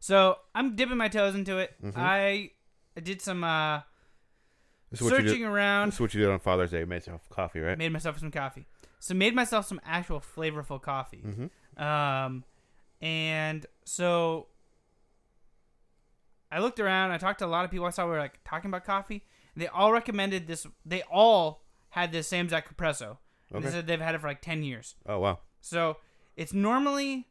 C: So I'm dipping my toes into it.
D: Mm-hmm.
C: I I did some uh,
D: This is what you
C: searching
D: did.
C: around,
D: This is what you did on Father's Day. You made yourself coffee, right?
C: made myself some coffee. So made myself some actual flavorful coffee. Um, and so I looked around. I talked to a lot of people. I saw were like talking about coffee. They all recommended this. They all had this same exact espresso. And They
D: Okay.
C: said they've had it for like ten years.
D: Oh wow.
C: So it's normally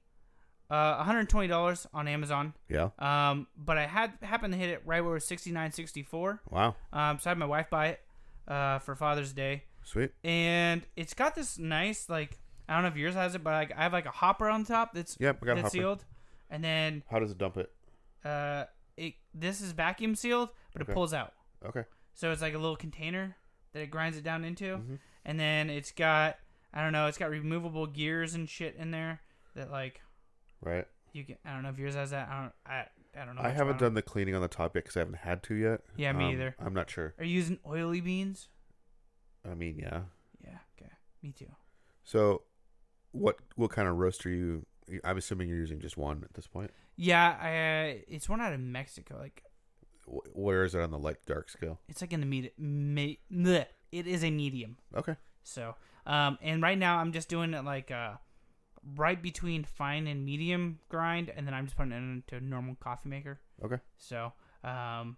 C: uh, one hundred twenty dollars on Amazon.
D: Yeah.
C: Um, but I had happened to hit it right where it was sixty nine sixty four.
D: Wow.
C: Um, so I had my wife buy it uh, for Father's Day,
D: Sweet.
C: and it's got this nice like I don't know if yours has it, but like I have like a hopper on top that's
D: Yep, I got a
C: that's
D: hopper.
C: sealed, and then
D: How does it dump it?
C: uh, it this is vacuum sealed, but
D: Okay.
C: it pulls out,
D: Okay.
C: so it's like a little container that it grinds it down into,
D: Mm-hmm.
C: and then it's got I don't know, it's got removable gears and shit in there that like
D: Right.
C: you can I don't know if yours has that I don't I, I don't know
D: I
C: much
D: haven't
C: about 'em.
D: done the cleaning on the top yet because I haven't had to yet.
C: Yeah, me
D: Um,
C: either.
D: I'm not sure.
C: Are you using oily beans?
D: I mean, yeah.
C: Yeah. Okay. Me too.
D: So, what what kind of roast are you? I'm assuming you're using just one at this point.
C: Yeah, I, uh, it's one out of Mexico. Like
D: Wh- Where is it on the light dark scale?
C: it's like in the med- me- bleh. It is a medium.
D: Okay.
C: So, um, and right now I'm just doing it like uh, right between fine and medium grind, and then I'm just putting it into a normal coffee maker.
D: Okay.
C: So, um,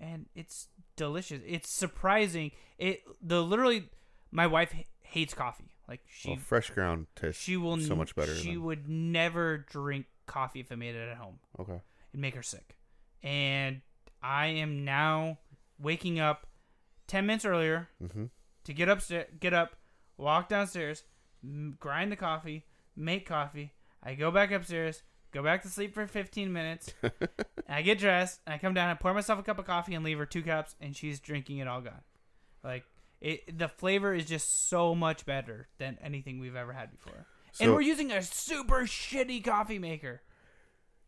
C: and it's delicious. It's surprising. It the literally my wife h- hates coffee. Like she
D: well, fresh ground tastes
C: she will
D: so
C: n-
D: much better.
C: She
D: than-
C: would never drink coffee if I made it at home.
D: okay.
C: It'd make her sick. And I am now waking up ten minutes earlier
D: Mhm.
C: to get upstairs, get up, walk downstairs, m- grind the coffee, make coffee. I go back upstairs, go back to sleep for fifteen minutes. I get dressed, and I come down, I pour myself a cup of coffee, and leave her two cups, and she's drinking it all gone. Like it, the flavor is just so much better than anything we've ever had before. and
D: So-
C: we're using a super shitty coffee maker.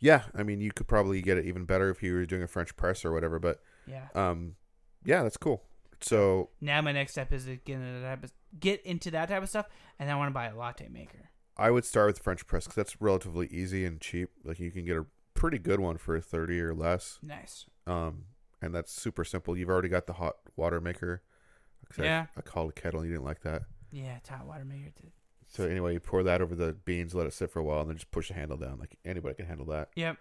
D: Yeah, I mean, you could probably get it even better if you were doing a French press or whatever. But,
C: Yeah.
D: um, yeah, that's cool. So
C: Now my next step is to get into that type of, get into that type of stuff, and I want to buy a latte maker.
D: I would start with French press because that's relatively easy and cheap. Like you can get a pretty good one for thirty or less,
C: Nice.
D: um, and that's super simple. You've already got the hot water maker. 'Cause I-
C: Yeah.
D: I, called a kettle. and You didn't like that,
C: Yeah, it's hot water maker. Too.
D: so anyway, you pour that over the beans, let it sit for a while, and then just push the handle down. Like anybody can handle that.
C: Yep.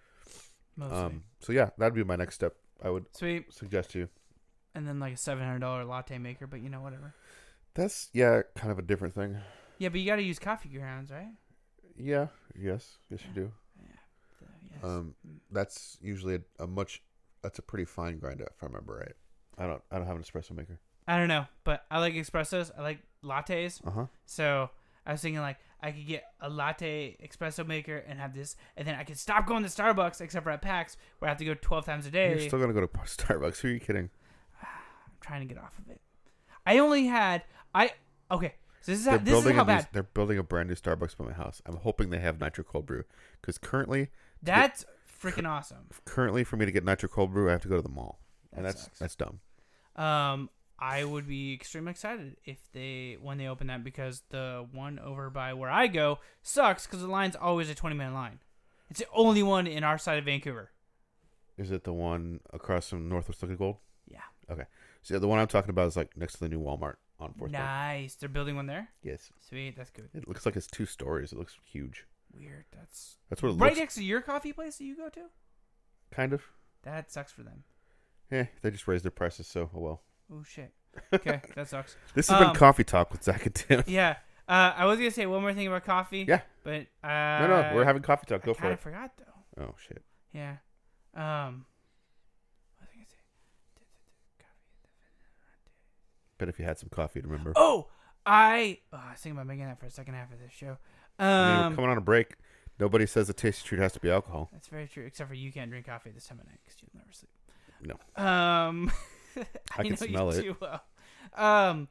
C: Mostly.
D: Um, so yeah, that'd be my next step. I would
C: Sweet.
D: suggest to you.
C: And then like a seven hundred dollar latte maker, but you know whatever.
D: That's yeah, kind of a different thing.
C: Yeah, but you got to use coffee grounds, right?
D: Yeah. Yes. Yes, you do.
C: So, yes. Mm.
D: Um, that's usually a, a much. That's a pretty fine grinder, if I remember right. I don't. I don't have an espresso maker.
C: I don't know, but I like espressos. I like lattes.
D: Uh huh.
C: So I was thinking like I could get a latte espresso maker and have this, and then I could stop going to Starbucks except for at PAX where I have to go twelve times a day.
D: You're still gonna go to Starbucks. Who are you kidding?
C: trying to get off of it. I only had I okay. So this is how,
D: They're
C: this is
D: building
C: how
D: a new,
C: bad.
D: They're building a brand new Starbucks by my house. I'm hoping they have nitro cold brew because currently,
C: That's freaking awesome.
D: currently for me to get nitro cold brew, I have to go to the mall, and
C: That
D: that's
C: sucks.
D: that's dumb.
C: Um, I would be extremely excited if they when they open that because the one over by where I go sucks because the line's always a twenty minute line. It's the only one in our side of Vancouver.
D: Is it the one across from Northwest Liquid Gold?
C: Yeah,
D: Okay, so the one I'm talking about is like next to the new Walmart on Fourth. Lake.
C: nice. They're building one there.
D: Yes,
C: Sweet, that's good.
D: it looks like it's two stories. It looks huge.
C: Weird. That's
D: That's what it
C: right
D: looks
C: next to your coffee place that you go to.
D: kind of.
C: That sucks for them.
D: Yeah, they just raised their prices, so oh well.
C: Oh shit. Okay, that sucks.
D: This has
C: Um,
D: been coffee talk with Zach and Tim.
C: Yeah. Uh, I was gonna say one more thing about coffee.
D: Yeah.
C: But uh,
D: No, no, we're having coffee talk. Go
C: I
D: for
C: kind
D: it.
C: of forgot though.
D: Oh shit.
C: Yeah. Um. What was I gonna say?
D: bet if you had some coffee, you'd remember.
C: Oh, I, oh, I was thinking about making that for a second half of this show.
D: I mean,
C: Um,
D: we're coming on a break. Nobody says the tasty treat has to be alcohol.
C: that's very true. Except for you can't drink coffee at this time of night because you'll never sleep.
D: No.
C: Um, I,
D: I can
C: know
D: smell
C: you
D: it.
C: Too well. Um,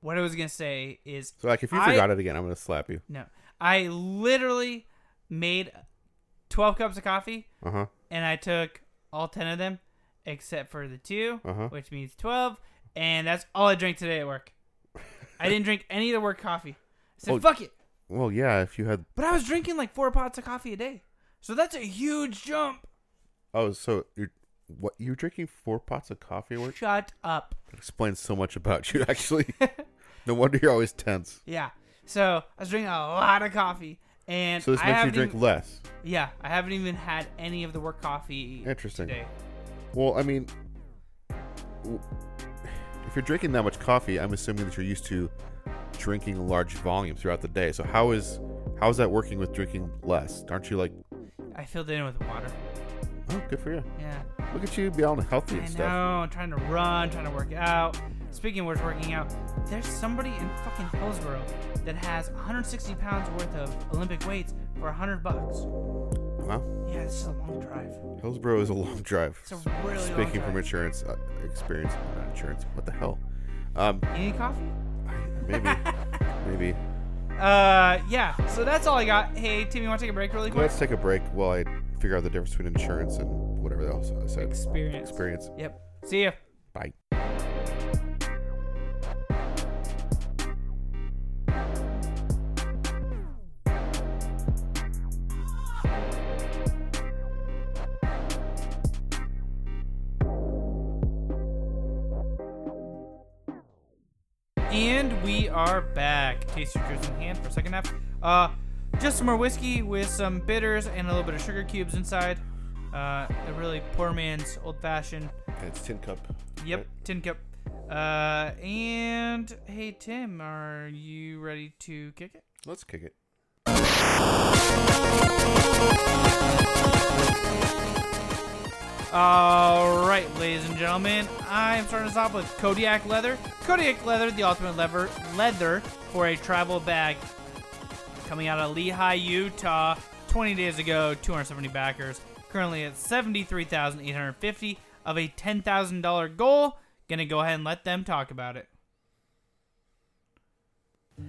C: what I was gonna say is
D: So, like, if you
C: I-
D: forgot it again, I'm going to slap you.
C: no, I literally made twelve cups of coffee
D: Uh huh.
C: and I took all ten of them except for the 2
D: Uh-huh.
C: which means twelve, and that's all I drank today at work. I didn't drink any of the work coffee. I said,
D: Oh.
C: "Fuck it."
D: Well, yeah, if you had.
C: But I was drinking like four pots of coffee a day. So that's a huge jump.
D: Oh, so you're. What you're drinking four pots of coffee at work?
C: Shut up.
D: That explains so much about you, actually. no wonder you're always tense.
C: Yeah. So I was drinking a lot of coffee. And
D: So this
C: I
D: makes you
C: haven't
D: drink
C: even-
D: less.
C: Yeah, I haven't even had any of the work coffee.
D: Interesting.
C: Today.
D: Well, I mean, w- if you're drinking that much coffee, I'm assuming that you're used to drinking large volumes throughout the day. So how is how is that working with drinking less? Aren't you like,
C: I filled it in with water.
D: oh, good for you?
C: Yeah.
D: Look at you being all healthy
C: I
D: and
C: know.
D: stuff.
C: I'm trying to run, trying to work out. Speaking of which, working out, there's somebody in fucking Hillsboro that has 160 pounds worth of Olympic weights for 100 bucks.
D: Wow,
C: Yeah, this is a long drive.
D: Hillsboro is a long drive.
C: It's a really long
D: Speaking from
C: drive.
D: insurance uh, experience, not insurance. What the hell? Um,
C: You need coffee?
D: maybe, maybe.
C: Uh, yeah. So that's all I got. Hey, Tim, you want to take a break really quick?
D: Let's take a break while I figure out the difference between insurance and whatever else I said.
C: Experience.
D: Experience.
C: Yep. See ya.
D: Bye.
C: And we are back. Taste your juice in hand for second half. Uh, just some more whiskey with some bitters and a little bit of sugar cubes inside. Uh, a really poor man's old fashioned.
D: And it's tin cup.
C: Yep, tin cup. Uh, and hey Tim, are you ready to kick it?
D: Let's kick it.
C: All right, ladies and gentlemen, I'm starting us off with Kodiak leather. Kodiak leather, the ultimate lever leather for a travel bag, coming out of Lehigh, Utah, 20 days ago, 270 backers. Currently at 73,850 of a $10,000 goal. Gonna go ahead and let them talk about it.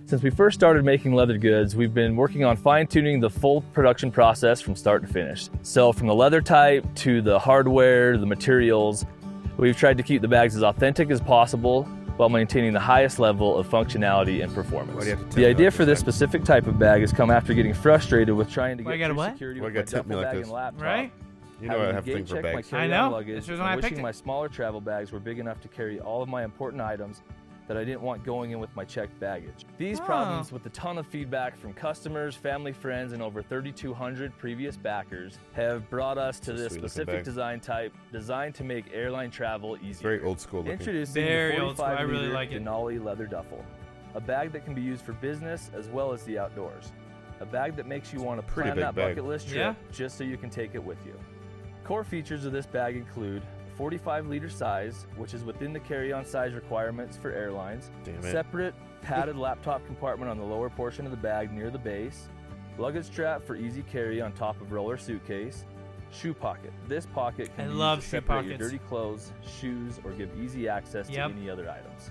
H: Since we first started making leather goods, we've been working on fine tuning the full production process from start to finish. So, from the leather type to the hardware, the materials, we've tried to keep the bags as authentic as possible while maintaining the highest level of functionality and
D: Why
H: performance.
D: do you have to tell
H: The
D: me
H: idea
D: like
H: for this
D: this?
H: specific type of bag has come after getting frustrated with trying to get
C: Why you gotta
H: through
C: what?
H: security
D: Why
H: with
D: you
H: my
D: gotta tempt me
H: duffel
D: like
H: bag
D: this?
H: and laptop.
C: Right?
D: You know I
H: Having
D: have a
H: gate
D: thing for
H: check my
D: bags.
C: I
H: carry-on
C: know.
H: Luggage,
C: This was
H: and
C: when I
H: wishing
C: picked it.
H: my smaller travel bags were big enough to carry all of my important items that I didn't want going in with my checked baggage. These
C: Oh.
H: problems, with a ton of feedback from customers, family, friends, and over 3,200 previous backers, have brought us to
D: a
H: this
D: sweet-looking
H: specific
D: bag.
H: design type designed to make airline travel easier.
D: Very old school looking.
H: Introducing
C: Very
H: the
C: old school. I
H: 45
C: really
H: liter
C: like it.
H: Denali leather duffel, a bag that can be used for business as well as the outdoors. A bag that makes you want to
D: pretty
H: plan
D: big
H: that
D: bag.
H: bucket list trip
C: Yeah.
H: just so you can take it with you. Core features of this bag include 45 liter size, which is within the carry-on size requirements for airlines.
D: Damn it.
H: Separate padded laptop compartment on the lower portion of the bag near the base. Luggage strap for easy carry on top of roller suitcase. Shoe pocket. This pocket
C: I
H: can be
C: love
H: used to
C: shoe
H: separate your
C: pockets.
H: dirty clothes, shoes, or give easy access
C: Yep.
H: to any other items.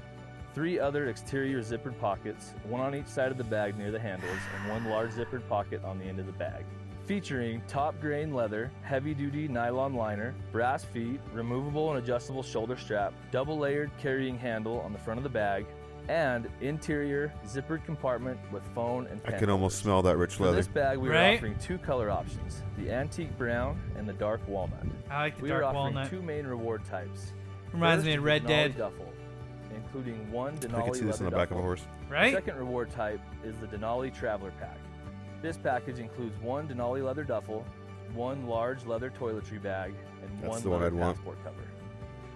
H: Three other exterior zippered pockets, one on each side of the bag near the handles, and one large zippered pocket on the end of the bag. Featuring top grain leather, heavy duty nylon liner, brass feet, removable and adjustable shoulder strap, double layered carrying handle on the front of the bag, and interior zippered compartment with phone and
D: I
H: pen
D: can almost
H: holders.
D: smell that rich
H: For
D: leather.
H: this bag, we
C: Right?
H: are offering two color options the antique brown and the dark walnut.
C: I like the
H: we are
C: dark
H: offering
C: walnut.
H: two main reward types.
C: Reminds
H: First,
C: me of
H: the
C: Red
H: Denali
C: Dead.
H: Duffel, including one Denali
D: I can see this
H: leather
D: on the back of
H: duffel.
D: a horse.
C: Right?
H: The second reward type is the Denali Traveler Pack. This package includes one Denali leather duffel, one large leather toiletry bag, and
D: That's
H: one
D: the one
H: leather
D: I'd want.
H: passport cover.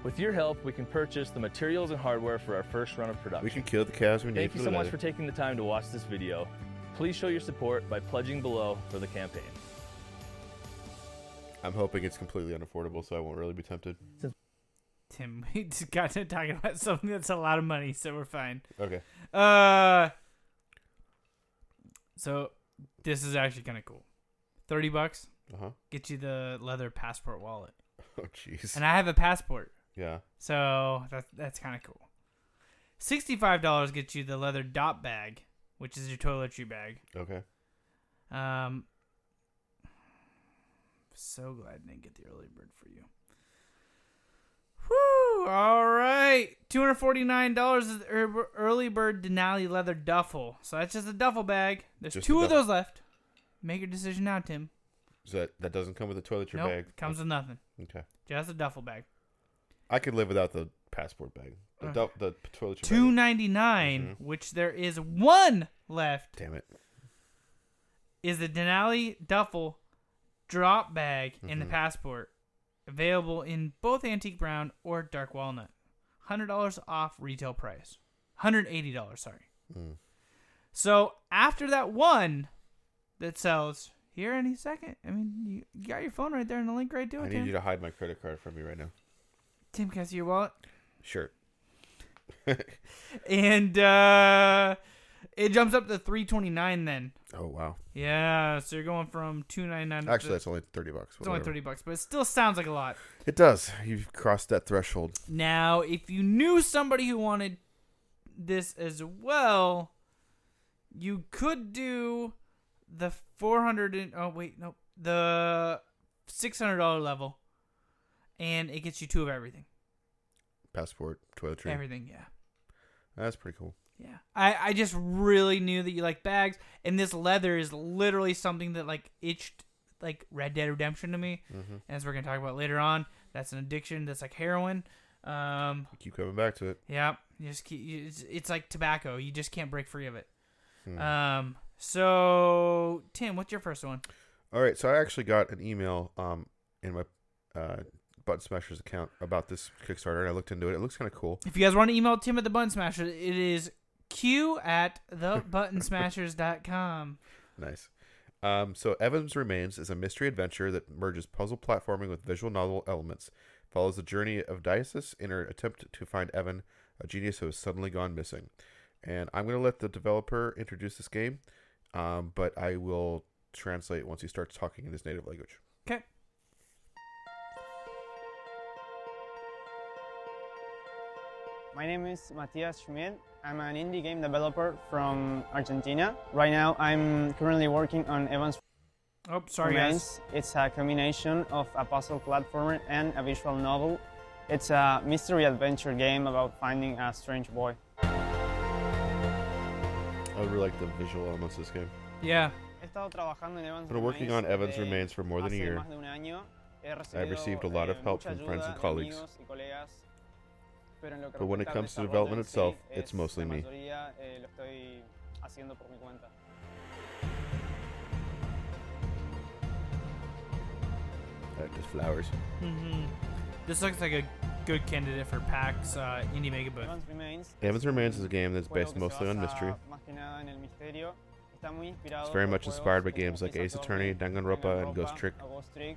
H: With your help, we can purchase the materials and hardware for our first run of production.
D: We can kill the cows when
H: Thank
D: need
H: you so much for taking the time to watch this video. Please show your support by pledging below for the campaign.
D: I'm hoping it's completely unaffordable, so I won't really be tempted.
C: him. We just got to talking about something that's a lot of money, so we're fine.
D: Okay.
C: Uh, so this is actually kind of cool. Thirty bucks
D: Uh huh.
C: get you the leather passport wallet,
D: Oh jeez.
C: and I have a passport,
D: Yeah.
C: so that's that's kind of cool. Sixty-five dollars gets you the leather dot bag, which is your toiletry bag.
D: Okay.
C: Um, so glad I didn't get the early bird for you. Whew, all right. $249 is the ear- early bird Denali leather duffel. So that's just a duffel bag. There's
D: Just
C: two
D: a
C: of
D: duffel.
C: those left. Make your decision now, Tim.
D: So that, that doesn't come with a toiletry
C: nope.
D: bag. Oh,
C: Comes with nothing.
D: Okay.
C: Just a duffel bag.
D: I could live without the passport bag. The, du- the toiletry
C: Two
D: bag. Mm-hmm.
C: ninety which there is one left,
D: Damn it.
C: is the Denali duffel drop bag and the
D: Mm-hmm.
C: passport available in both antique brown or dark walnut. Hundred dollars off retail price. Hundred eighty dollars, sorry.
D: Mm.
C: So after that one that sells here any second, I mean you you got your phone right there and the link right to
D: I
C: it,
D: need you
C: Tim.
D: to hide my credit card from me right now.
C: Tim can I see your wallet.
D: Sure.
C: And uh it jumps up to three twenty nine then.
D: Oh wow.
C: Yeah, so you're going from two ninety nine
D: Actually, that's only thirty bucks.
C: Mm-hmm. it's only
D: whatever.
C: thirty bucks, but it still sounds like a lot.
D: It does. You've crossed that threshold.
C: Now, if you knew somebody who wanted this as well, you could do the 400 and oh wait, no, the $600 level and it gets you two of everything.
D: Passport, toiletry.
C: Everything, yeah.
D: That's pretty cool.
C: Yeah. I I just really knew that you like bags and this leather is literally something that like itched like Red Dead Redemption to me. As we're going to talk about later on, that's an addiction that's like heroin. Um
D: You keep coming back to it.
C: Yeah, you just keep. You, it's, it's like tobacco. You just can't break free of it. Um. So Tim, what's your first one?
D: All right, so I actually got an email um in my uh Button Smashers account about this Kickstarter, and I looked into it. It looks kind of cool.
C: If you guys want to email Tim at the Button Smasher, it is q at the buttonsmashers.com.
D: Nice. Um, so Evans Remains is a mystery adventure that merges puzzle platforming with visual novel elements. Follows the journey of Dionysus in her attempt to find Evan, a genius who has suddenly gone missing. And I'm going to let the developer introduce this game, um, but I will translate once he starts talking in his native language.
C: Okay.
I: My name is Matias Schmid. I'm an indie game developer from Argentina. Right now, I'm currently working on Evans
C: Oh, sorry guys.
I: Remains. It's a combination of a puzzle platformer and a visual novel. It's a mystery adventure game about finding a strange boy.
D: I really like the visual elements of this game.
C: Yeah.
I: He estado trabajando en Evans
D: Been working on
I: Remains
D: Evans
I: desde
D: Remains for more than a
I: hace
D: year.
I: más de un año. He
D: I've received a
I: recibido,
D: lot of
I: eh,
D: help
I: mucha
D: from friends and
I: ayuda de
D: colleagues.
I: amigos y colegas. Pero en lo que
D: But when it
I: respecta al
D: comes to
I: desarrollo
D: development
I: en sí,
D: itself,
I: es
D: it's mostly
I: la
D: me.
I: mayoría, eh, lo estoy haciendo por mi cuenta.
D: Uh, just flowers.
C: hmm This looks like a good candidate for PAX uh, Indie Mega Booth.
I: Evans Remains
D: Evans Remains is a
I: un
D: game that's
I: juego
D: based
I: que se
D: mostly on
I: basa
D: mystery.
I: más que nada en el misterio. Está muy inspirado
D: It's very
I: por
D: much
I: juegos
D: inspired by
I: que como
D: games like
I: Police
D: Ace
I: Attorney,
D: Attorney, Danganronpa, and Ghost Trick.
I: o Ghost Trick.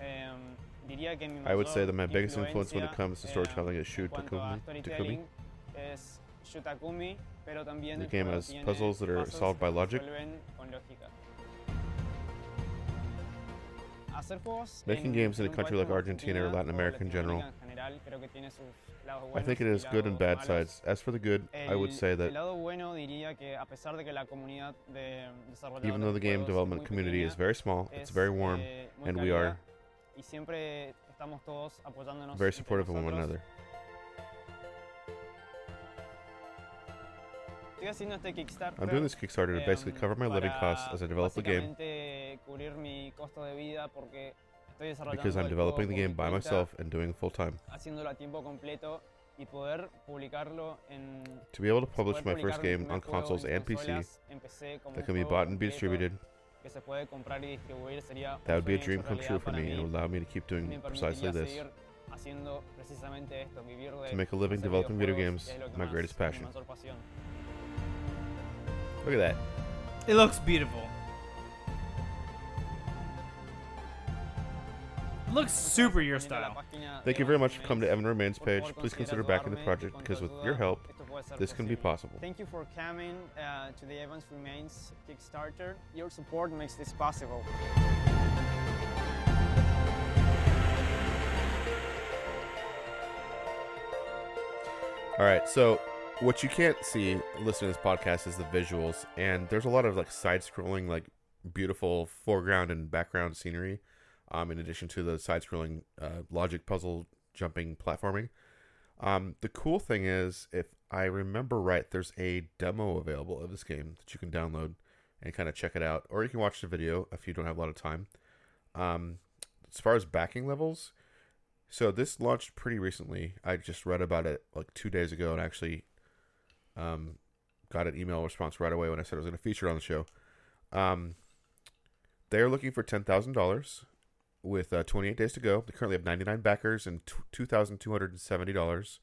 I: Em, diría que mi
D: I would
I: mayor
D: say that my biggest influence when it
I: influencia,
D: comes to storytelling
I: em,
D: is Shu
I: en cuanto a
D: Takumi-
I: storytelling es Shu Takumi, pero también
D: The
I: el
D: game
I: juego
D: has
I: tiene
D: puzzles that are
I: puzzles
D: solved by
I: que se
D: logic.
I: resuelven con lógica. Hacer juegos
D: Making
I: en-
D: games in
I: en
D: a
I: un
D: country
I: país
D: like
I: como
D: Argentina or
I: Argentina
D: Latin
I: o
D: America in general,
I: Latinoamérica en general, creo que tiene sus lados
D: I
I: buenos
D: think it
I: y
D: has good and
I: lados
D: bad
I: malos.
D: sides. As for the good, I would
I: El-
D: say
I: el
D: that
I: lado bueno diría que a pesar de que la comunidad de desarrolladores
D: even though the
I: de
D: game
I: juegos es
D: development
I: muy
D: community is
I: pequeña,
D: very small, it's
I: es,
D: very warm,
I: eh, muy
D: and we are
I: cálida, y siempre estamos todos apoyándonos
D: very
I: entre
D: supportive of one
I: nosotros.
D: another.
I: Estoy haciendo este Kickstarter,
D: I'm doing this Kickstarter to basically
I: em,
D: cover my living
I: para
D: costs as I develop the game
I: básicamente cubrir mi costo de vida porque estoy desarrollando
D: because I'm
I: el juego
D: developing the
I: por mi
D: game by
I: cuenta,
D: myself and doing it full time.
I: haciéndolo a tiempo completo y poder publicarlo en
D: To be able to publish my
I: poder
D: first
I: publicar
D: game
I: mi
D: on
I: primer juego
D: consoles
I: en
D: and PC
I: consolas, en PC como
D: that
I: un
D: can be
I: juego
D: bought and be
I: completo
D: distributed,
I: que se puede comprar y distribuir sería un
D: that would be a
I: sueño
D: dream
I: hecho
D: come true
I: realidad
D: for
I: para
D: me
I: mí
D: and would allow me to keep
I: y
D: doing
I: me
D: precisely
I: permitiría
D: this.
I: seguir haciendo precisamente esto, vivir de
D: To make a living
I: hacer
D: developing video games
I: videojuegos, que es lo que
D: my
I: más-
D: greatest
I: mi
D: passion.
I: mayor pasión.
D: Look at that.
C: It looks beautiful. looks super your style.
D: Thank you very much for coming to Evan Remains page. Please consider backing the project because with your help, this can be possible.
I: Thank you for coming uh, to the Evans Remains Kickstarter. Your support makes this possible.
D: All right, so what you can't see listening to this podcast is the visuals, and there's a lot of like side-scrolling, like beautiful foreground and background scenery, um, in addition to the side-scrolling uh, logic puzzle jumping platforming. Um, the cool thing is, if I remember right, there's a demo available of this game that you can download and kind of check it out, or you can watch the video if you don't have a lot of time. Um, as far as backing levels, so this launched pretty recently. I just read about it like two days ago, and actually, um, got an email response right away when I said I was going to feature it on the show. Um, they are looking for ten thousand dollars with uh, twenty eight days to go. They currently have ninety nine backers and two thousand two hundred and seventy dollars.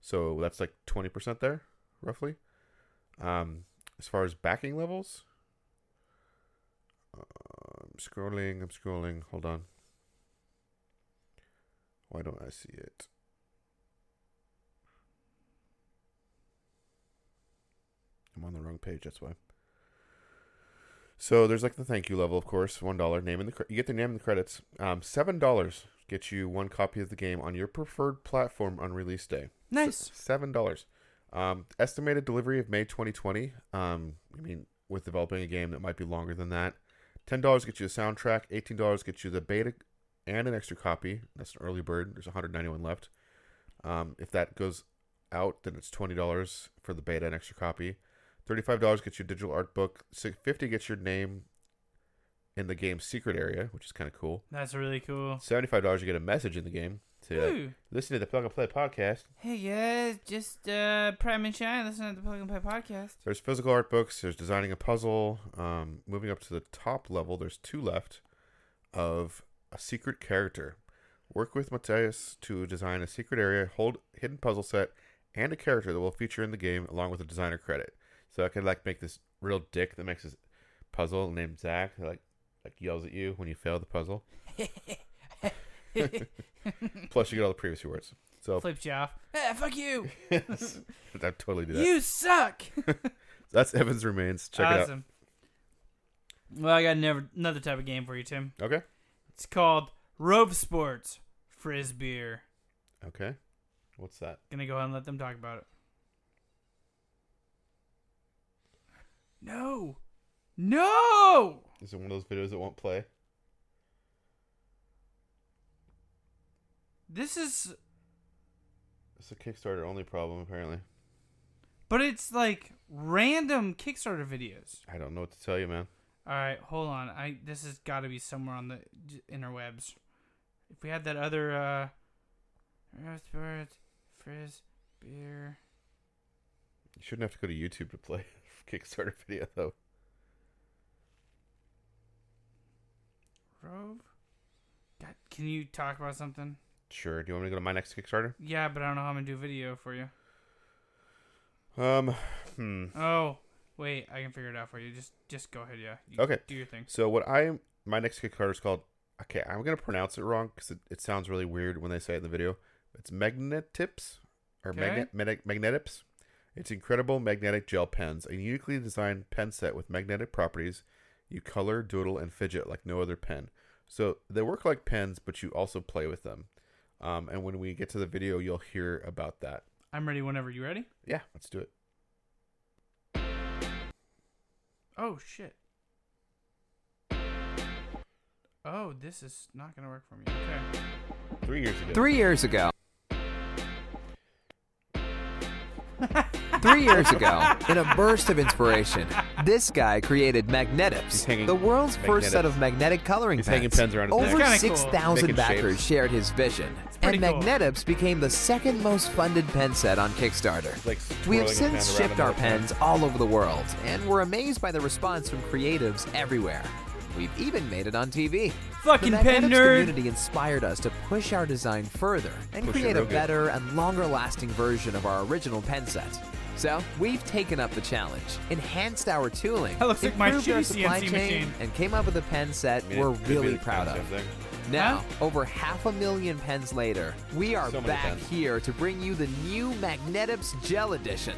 D: So that's like twenty percent there, roughly. Um, as far as backing levels, uh, I'm scrolling. I'm scrolling. Hold on. Why don't I see it? I'm on the wrong page. That's why. So there's like the thank you level, of course, one dollar. Name in the cre- you get the name in the credits. Um, Seven dollars gets you one copy of the game on your preferred platform on release day.
C: Nice.
D: Seven dollars. Um, estimated delivery of May 2020. Um, I mean, with developing a game that might be longer than that. Ten dollars gets you the soundtrack. Eighteen dollars gets you the beta and an extra copy. That's an early bird. There's 191 left. Um, if that goes out, then it's twenty dollars for the beta and extra copy. Thirty-five dollars gets you a digital art book. Si- Fifty gets your name in the game's secret area, which is kind of cool.
C: That's really cool.
D: Seventy-five dollars you get a message in the game to like,
C: Ooh.
D: listen to the Plug and Play podcast.
C: Hey, yeah, just uh, Prime and Shine. Listen to the Plug and Play podcast.
D: There's physical art books. There's designing a puzzle. Um, moving up to the top level, there's two left of a secret character. Work with Matthias to design a secret area, hold hidden puzzle set, and a character that will feature in the game along with a designer credit. So I could like make this real dick that makes this puzzle named Zach that like like yells at you when you fail the puzzle. Plus you get all the previous rewards. So
C: Flips you off. Eh, fuck you.
D: I totally do that.
C: You suck.
D: That's Evan's remains. Check
C: awesome. Well, I got another, another type of game for you, Tim.
D: it out. Okay.
C: It's called Rove Sports Frisbeer.
D: Okay. What's that?
C: Gonna go ahead and let them talk about it. No. No!
D: Is it one of those videos that won't play?
C: This is.
D: It's a Kickstarter only problem apparently.
C: But it's like random Kickstarter videos.
D: I don't know what to tell you, man.
C: All right, hold on. I this has got to be somewhere on the j- interwebs. If we had that other uh Earthbird Frizz Beer.
D: You shouldn't have to go to YouTube to play a Kickstarter video though.
C: Rove? God, can you talk about something?
D: Sure. Do you want me to go to my next Kickstarter?
C: Yeah, but I don't know how I'm going to do video for you.
D: Um, hmm.
C: Oh, wait, I can figure it out for you. Just just go ahead, yeah. You
D: Okay.
C: Do your thing.
D: So what I am, my next Kickstarter is called. Okay, I'm gonna pronounce it wrong because it, it sounds really weird when they say it in the video. It's Magnetips or
C: Okay.
D: magnet, magnet Magnetips. It's incredible magnetic gel pens, a uniquely designed pen set with magnetic properties. You color, doodle, and fidget like no other pen. So they work like pens, but you also play with them. Um, and when we get to the video, you'll hear about that.
C: I'm ready whenever you ready.
D: Yeah, let's do it.
C: Oh shit. Oh, this is not going to work for me. Okay.
D: Three years ago.
J: Three years ago. Three years ago, in a burst of inspiration, this guy created
D: He's
J: Magnetips,
D: hanging
J: the world's first set
D: magnetics.
J: of magnetic coloring
D: He's hanging
J: pens.
D: pens around his neck.
J: Over
C: That's kinda cool.
J: 6,000
D: Making
J: backers
D: shapes.
J: shared his vision,
C: pretty
J: and
C: cool.
J: Magnetips became the second most funded pen set on Kickstarter.
D: like
J: we
D: twirling
J: have
D: a
J: since
D: pen around
J: shipped our
D: another pen.
J: pens all over the world, and we're amazed by the response from creatives everywhere. We've even made it on TV.
C: Fucking
J: the
C: pen
J: Magnetics
C: nerd.
J: community inspired us to push our design further and
D: Push it
J: create a
D: real good.
J: better and longer lasting version of our original pen set. So, we've taken up the challenge, enhanced our tooling,
C: That looks like my
J: improved our
C: shitty
J: supply
C: CNC
J: chain,
C: machine.
J: and came up with a pen set
D: I mean, it
J: we're
D: could be
J: really
D: the
J: proud of.
D: concept thing.
J: Now, over half a million pens later, we are
D: So many
J: back
D: pens.
J: here to bring you the new Magnetips Gel Edition.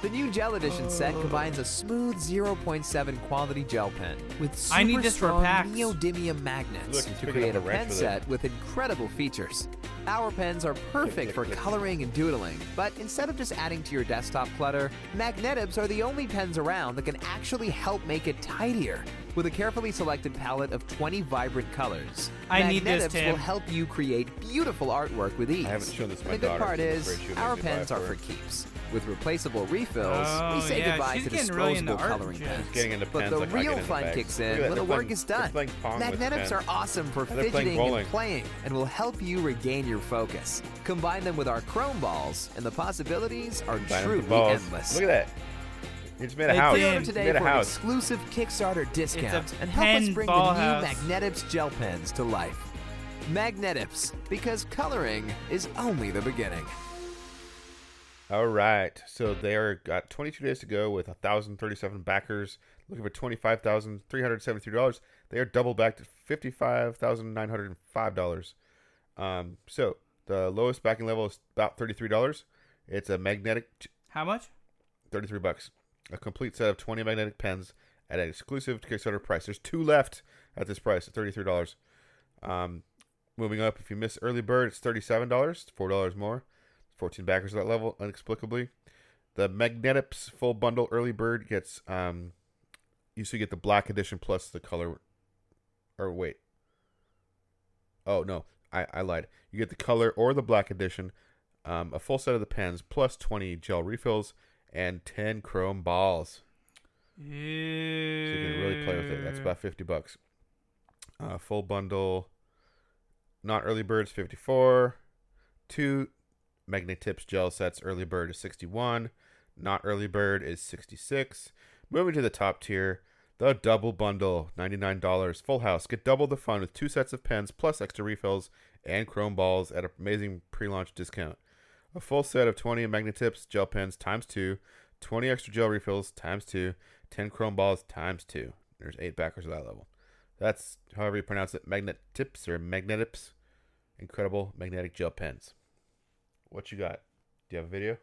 J: The new Gel Edition set
C: Oh.
J: combines a smooth 0.7 quality gel pen with super
C: I need this for
J: strong
C: packs.
J: neodymium magnets
D: Look, he's
J: to
D: picking
J: create
D: up
J: a
D: a wrench
J: pen
D: with it.
J: set with incredible features. Our pens are perfect for coloring and doodling, but instead of just adding to your desktop clutter, Magnetips are the only pens around that can actually help make it tidier. With a carefully selected palette of 20 vibrant colors,
C: I need this,
J: Magnetips will
C: Tim.
J: help you create beautiful artwork with ease.
D: haven't shown this to my
J: and the good
D: daughter,
J: part
D: so I'm
J: is,
D: afraid she'll
J: our
D: make me buy
J: pens
D: it
J: are
D: for
J: for
D: her.
J: keeps. With replaceable refills,
C: Oh,
J: we say
C: yeah,
J: goodbye
C: she's
J: to
C: getting
J: disposable
C: really into art,
J: coloring
C: Jim.
J: pens.
C: She's
D: getting into
J: but
D: pens
J: the
D: like I get
J: real
D: into
J: fun
D: bags.
J: kicks
D: Look
J: in
D: at that,
J: when the
D: they're
J: work
D: playing-
J: is done.
D: they're playing pong with
J: Magnetips
D: pens.
J: are awesome for
D: They're playing
J: fidgeting
D: bowling.
J: and playing, and will help you regain your focus. Combine them with our chrome balls, and the possibilities are
D: Buying
J: truly
D: the balls.
J: endless.
D: Look at that. It's made a
C: It's
D: house.
C: in.
D: It's
J: Today
D: made a
J: for an
D: house.
J: exclusive Kickstarter discount and help
C: pen
J: us bring the new
C: ball house.
J: Magnetips gel pens to life. Magnetips, because coloring is only the beginning.
D: All right. So they are got 22 days to go with 1,037 backers looking for $25,373. They are double backed at $55,905. Um, so the lowest backing level is about $33. It's a magnetic t-
C: How much?
D: 33 bucks. A complete set of 20 magnetic pens at an exclusive Kickstarter price. There's two left at this price at $33. Um, moving up, if you miss early bird, it's $37, $4 more. 14 backers at that level, inexplicably. The Magnetips full bundle early bird gets, um, you still get the black edition plus the color. Or wait. Oh, no. I, I lied. You get the color or the black edition, um, a full set of the pens, plus 20 gel refills, and 10 chrome balls. So you can really play with it. That's about fifty bucks. Uh, full bundle, not early birds fifty four, two magnet tips gel sets early bird is sixty one, not early bird is sixty six. Moving to the top tier, the double bundle ninety nine dollars full house get double the fun with two sets of pens plus extra refills and chrome balls at an amazing pre launch discount. A full set of 20 magnet tips, gel pens times two, 20 extra gel refills times two, 10 chrome balls times two. There's eight backers at that level. That's however you pronounce it magnet tips or magnetips. Incredible magnetic gel pens. What you got? Do you have a video?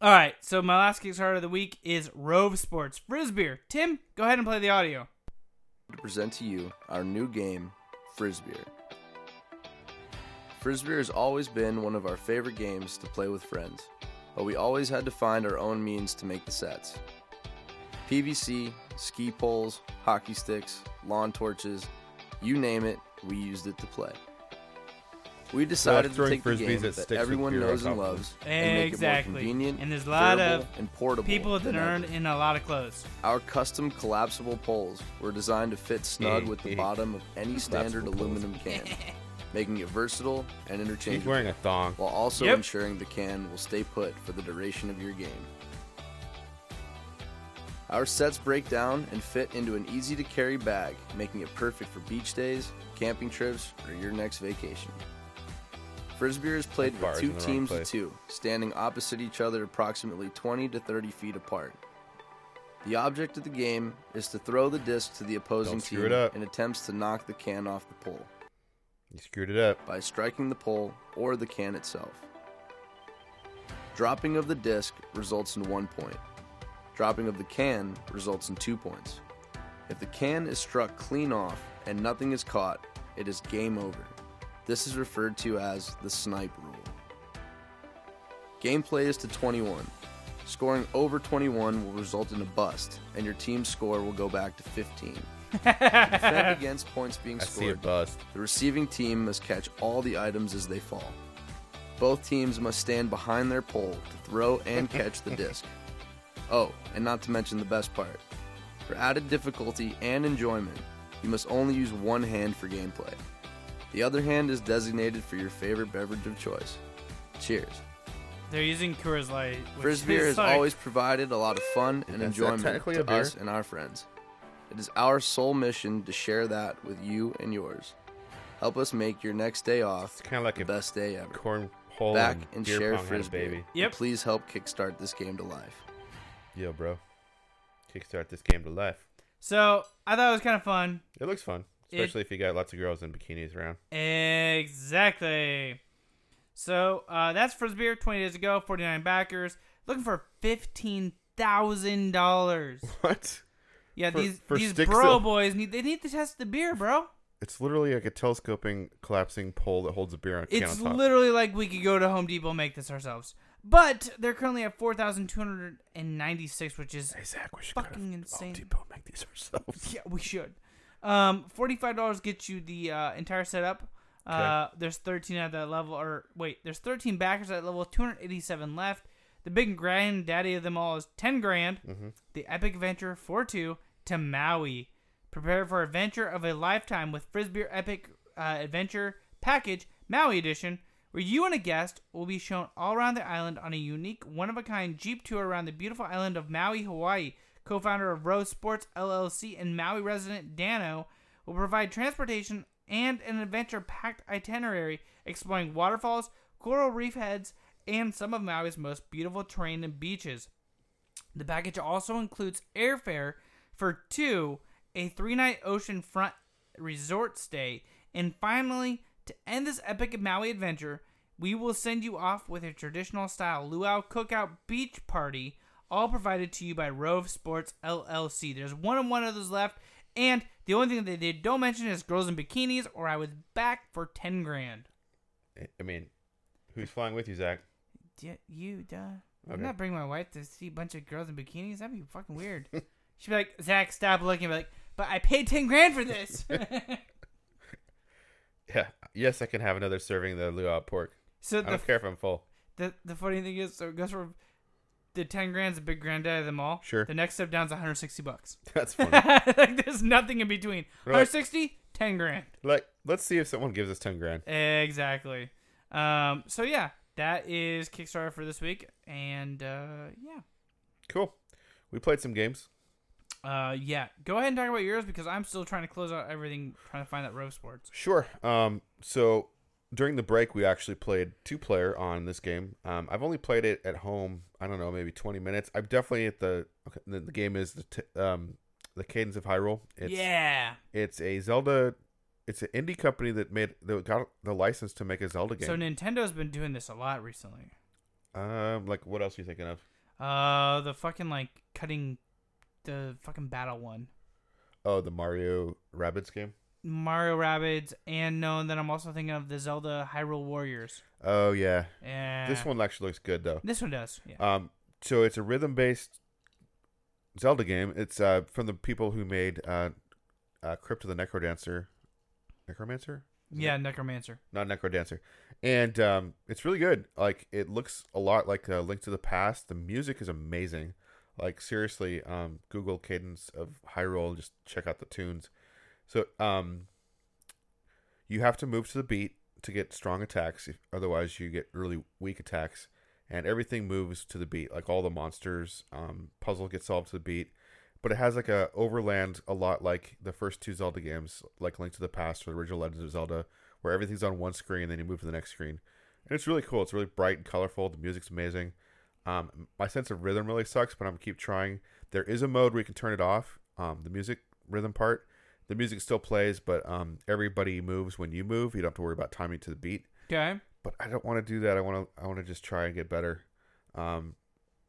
C: All right, so my last Kickstarter of the week is Rove Sports Frisbeer. Tim, go ahead and play the audio.
G: to present to you our new game, Frisbeer. Frisbeer has always been one of our favorite games to play with friends, but we always had to find our own means to make the sets. PVC, ski poles, hockey sticks, lawn torches, you name it, we used it to play. We decided to
D: throwing
G: take the
D: Frisbees
G: game
D: at sticks
G: that
D: with
G: everyone
D: beer on
G: knows and
D: top of them.
G: loves and make it
C: Exactly.
G: more convenient,
C: and there's a lot of
G: durable, and portable
C: people that
G: than ever.
C: are in a lot of clothes.
G: Our custom collapsible poles were designed to fit snug with the bottom of any standard
D: Collapsible poles.
G: aluminum can, making it versatile and
D: He's
G: interchangeable,
D: wearing a thong.
G: while also
C: Yep.
G: ensuring the can will stay put for the duration of your game. Our sets break down and fit into an easy to carry bag, making it perfect for beach days, camping trips, or your next vacation. Frisbee is played
D: That bar
G: with
D: is
G: two
D: in the wrong
G: teams of
D: place.
G: two, standing opposite each other approximately 20 to 30 feet apart. The object of the game is to throw the disc to the opposing
D: Don't screw
G: team
D: it up.
G: in attempts to knock the can off the pole
D: You screwed it up.
G: by striking the pole or the can itself. Dropping of the disc results in one point. Dropping of the can results in two points. If the can is struck clean off and nothing is caught, it is game over. This is referred to as the snipe rule. Gameplay is to 21. Scoring over 21 will result in a bust, and your team's score will go back to 15. To defend against points being
D: I see a
G: scored,
D: bust.
G: the receiving team must catch all the items as they fall. Both teams must stand behind their pole to throw and catch the disc. Oh, and not to mention the best part. For added difficulty and enjoyment, you must only use one hand for gameplay. The other hand is designated for your favorite beverage of choice. Cheers.
C: They're using Coors Light. which
G: Frisbeer
C: is
G: has
C: like-
G: always provided a lot of fun and
D: That's
G: enjoyment
D: technically a
G: to
D: beer.
G: us and our friends. It is our sole mission to share that with you and yours. Help us make your next day off
D: Uh, It's kind of like
G: the
D: a
G: best day ever.
D: cornhole
G: Back
D: and,
G: and
D: beer
G: share
D: pong had a
G: Frisbee.
D: baby.
C: Yep.
G: Please help kickstart this game to life.
D: Yo, bro. Kickstart this game to life.
C: So I thought it was kind of fun.
D: It looks fun,
C: It-
D: especially if you got lots of girls in bikinis around.
C: Exactly. So uh, that's Frisbeer. Twenty days ago, forty nine backers looking for fifteen thousand dollars.
D: What?
C: Yeah,
D: For-
C: these
D: for
C: these
D: Stixel.
C: bro boys need they need to test the beer, bro.
D: It's literally like a telescoping, collapsing pole that holds a beer on a can
C: It's
D: on top.
C: literally like we could go to Home Depot and make this ourselves. But they're currently at four thousand two hundred and ninety six, which is
D: Hey, Zach, we should
C: fucking
D: go to
C: insane.
D: Home Depot and make these ourselves.
C: yeah, we should. Um, forty five dollars gets you the uh, entire setup. Uh, there's thirteen at that level, or wait, there's thirteen backers at that level. Two hundred eighty seven left. The big granddaddy of them all is ten grand. The epic adventure four two to Maui. Prepare for adventure of a lifetime with Frisbeer Epic uh, Adventure Package Maui Edition, where you and a guest will be shown all around the island on a unique, one of a kind jeep tour around the beautiful island of Maui, Hawaii. Co founder of Rose Sports LLC and Maui resident Dano will provide transportation and an adventure packed itinerary exploring waterfalls, coral reef heads, and some of Maui's most beautiful terrain and beaches. The package also includes airfare for two, a three night oceanfront resort stay, and finally, to end this epic Maui adventure, we will send you off with a traditional style luau cookout beach party, all provided to you by Rove Sports LLC. There's one and one others left, and the only thing that they don't mention is girls in bikinis, or I was back for ten grand.
D: I- I mean, who's flying with you, Zach?
C: Yeah, you duh. I'm
D: Okay.
C: not bringing my wife to see a bunch of girls in bikinis. That'd be fucking weird. She'd be like, Zach, stop looking. I'd be like, but I paid ten grand for this.
D: Yeah. Yes, I can have another serving of the luau pork.
C: so
D: I
C: the,
D: don't care if I'm full.
C: the the funny thing is, so it goes from the ten grand's the big granddad of them all.
D: Sure.
C: The next step down is 160 bucks.
D: That's funny.
C: like there's nothing in between.
D: Right.
C: 160, 10 grand.
D: like, let's see if someone gives us ten grand.
C: Exactly. Um. So yeah, that is Kickstarter for this week, and uh, yeah.
D: Cool. We played some games.
C: Uh, yeah. Go ahead and talk about yours because I'm still trying to close out everything, trying to find that Rove Sports.
D: Sure. Um, so during the break, we actually played two player on this game. Um, I've only played it at home. I don't know, maybe twenty minutes. I'm definitely at the. Okay, the, the game is the t- um, the Cadence of Hyrule. It's,
C: yeah.
D: It's a Zelda. It's an indie company that made that got the license to make a Zelda game.
C: So Nintendo's been doing this a lot recently.
D: Um, like what else are you thinking of?
C: Uh, the fucking like cutting, the fucking battle one.
D: Oh, the Mario Rabbids game.
C: Mario Rabbids, and no, and then I'm also thinking of the Zelda Hyrule Warriors.
D: Oh yeah.
C: Yeah.
D: This one actually looks good though.
C: This one does, yeah.
D: Um, so it's a rhythm based Zelda game. It's uh from the people who made uh, uh Crypt of the Necrodancer, Necromancer.
C: yeah, Necromancer.
D: not Necrodancer. And um, it's really good. Like it looks a lot like uh, Link to the Past. The music is amazing. Like seriously, um, Google Cadence of Hyrule and just check out the tunes. So um, you have to move to the beat to get strong attacks. If, otherwise, you get really weak attacks. And everything moves to the beat. Like all the monsters, um, puzzle gets solved to the beat. But it has like a overland a lot like the first two Zelda games, like Link to the Past or the original Legends of Zelda, where everything's on one screen and then you move to the next screen. And it's really cool. It's really bright and colorful. The music's amazing. Um, my sense of rhythm really sucks, but I'm gonna keep trying. There is a mode where you can turn it off. Um, the music rhythm part. The music still plays, but um, everybody moves when you move. You don't have to worry about timing to the beat.
C: Okay.
D: But I don't want to do that. I want to. I want to just try and get better. Um,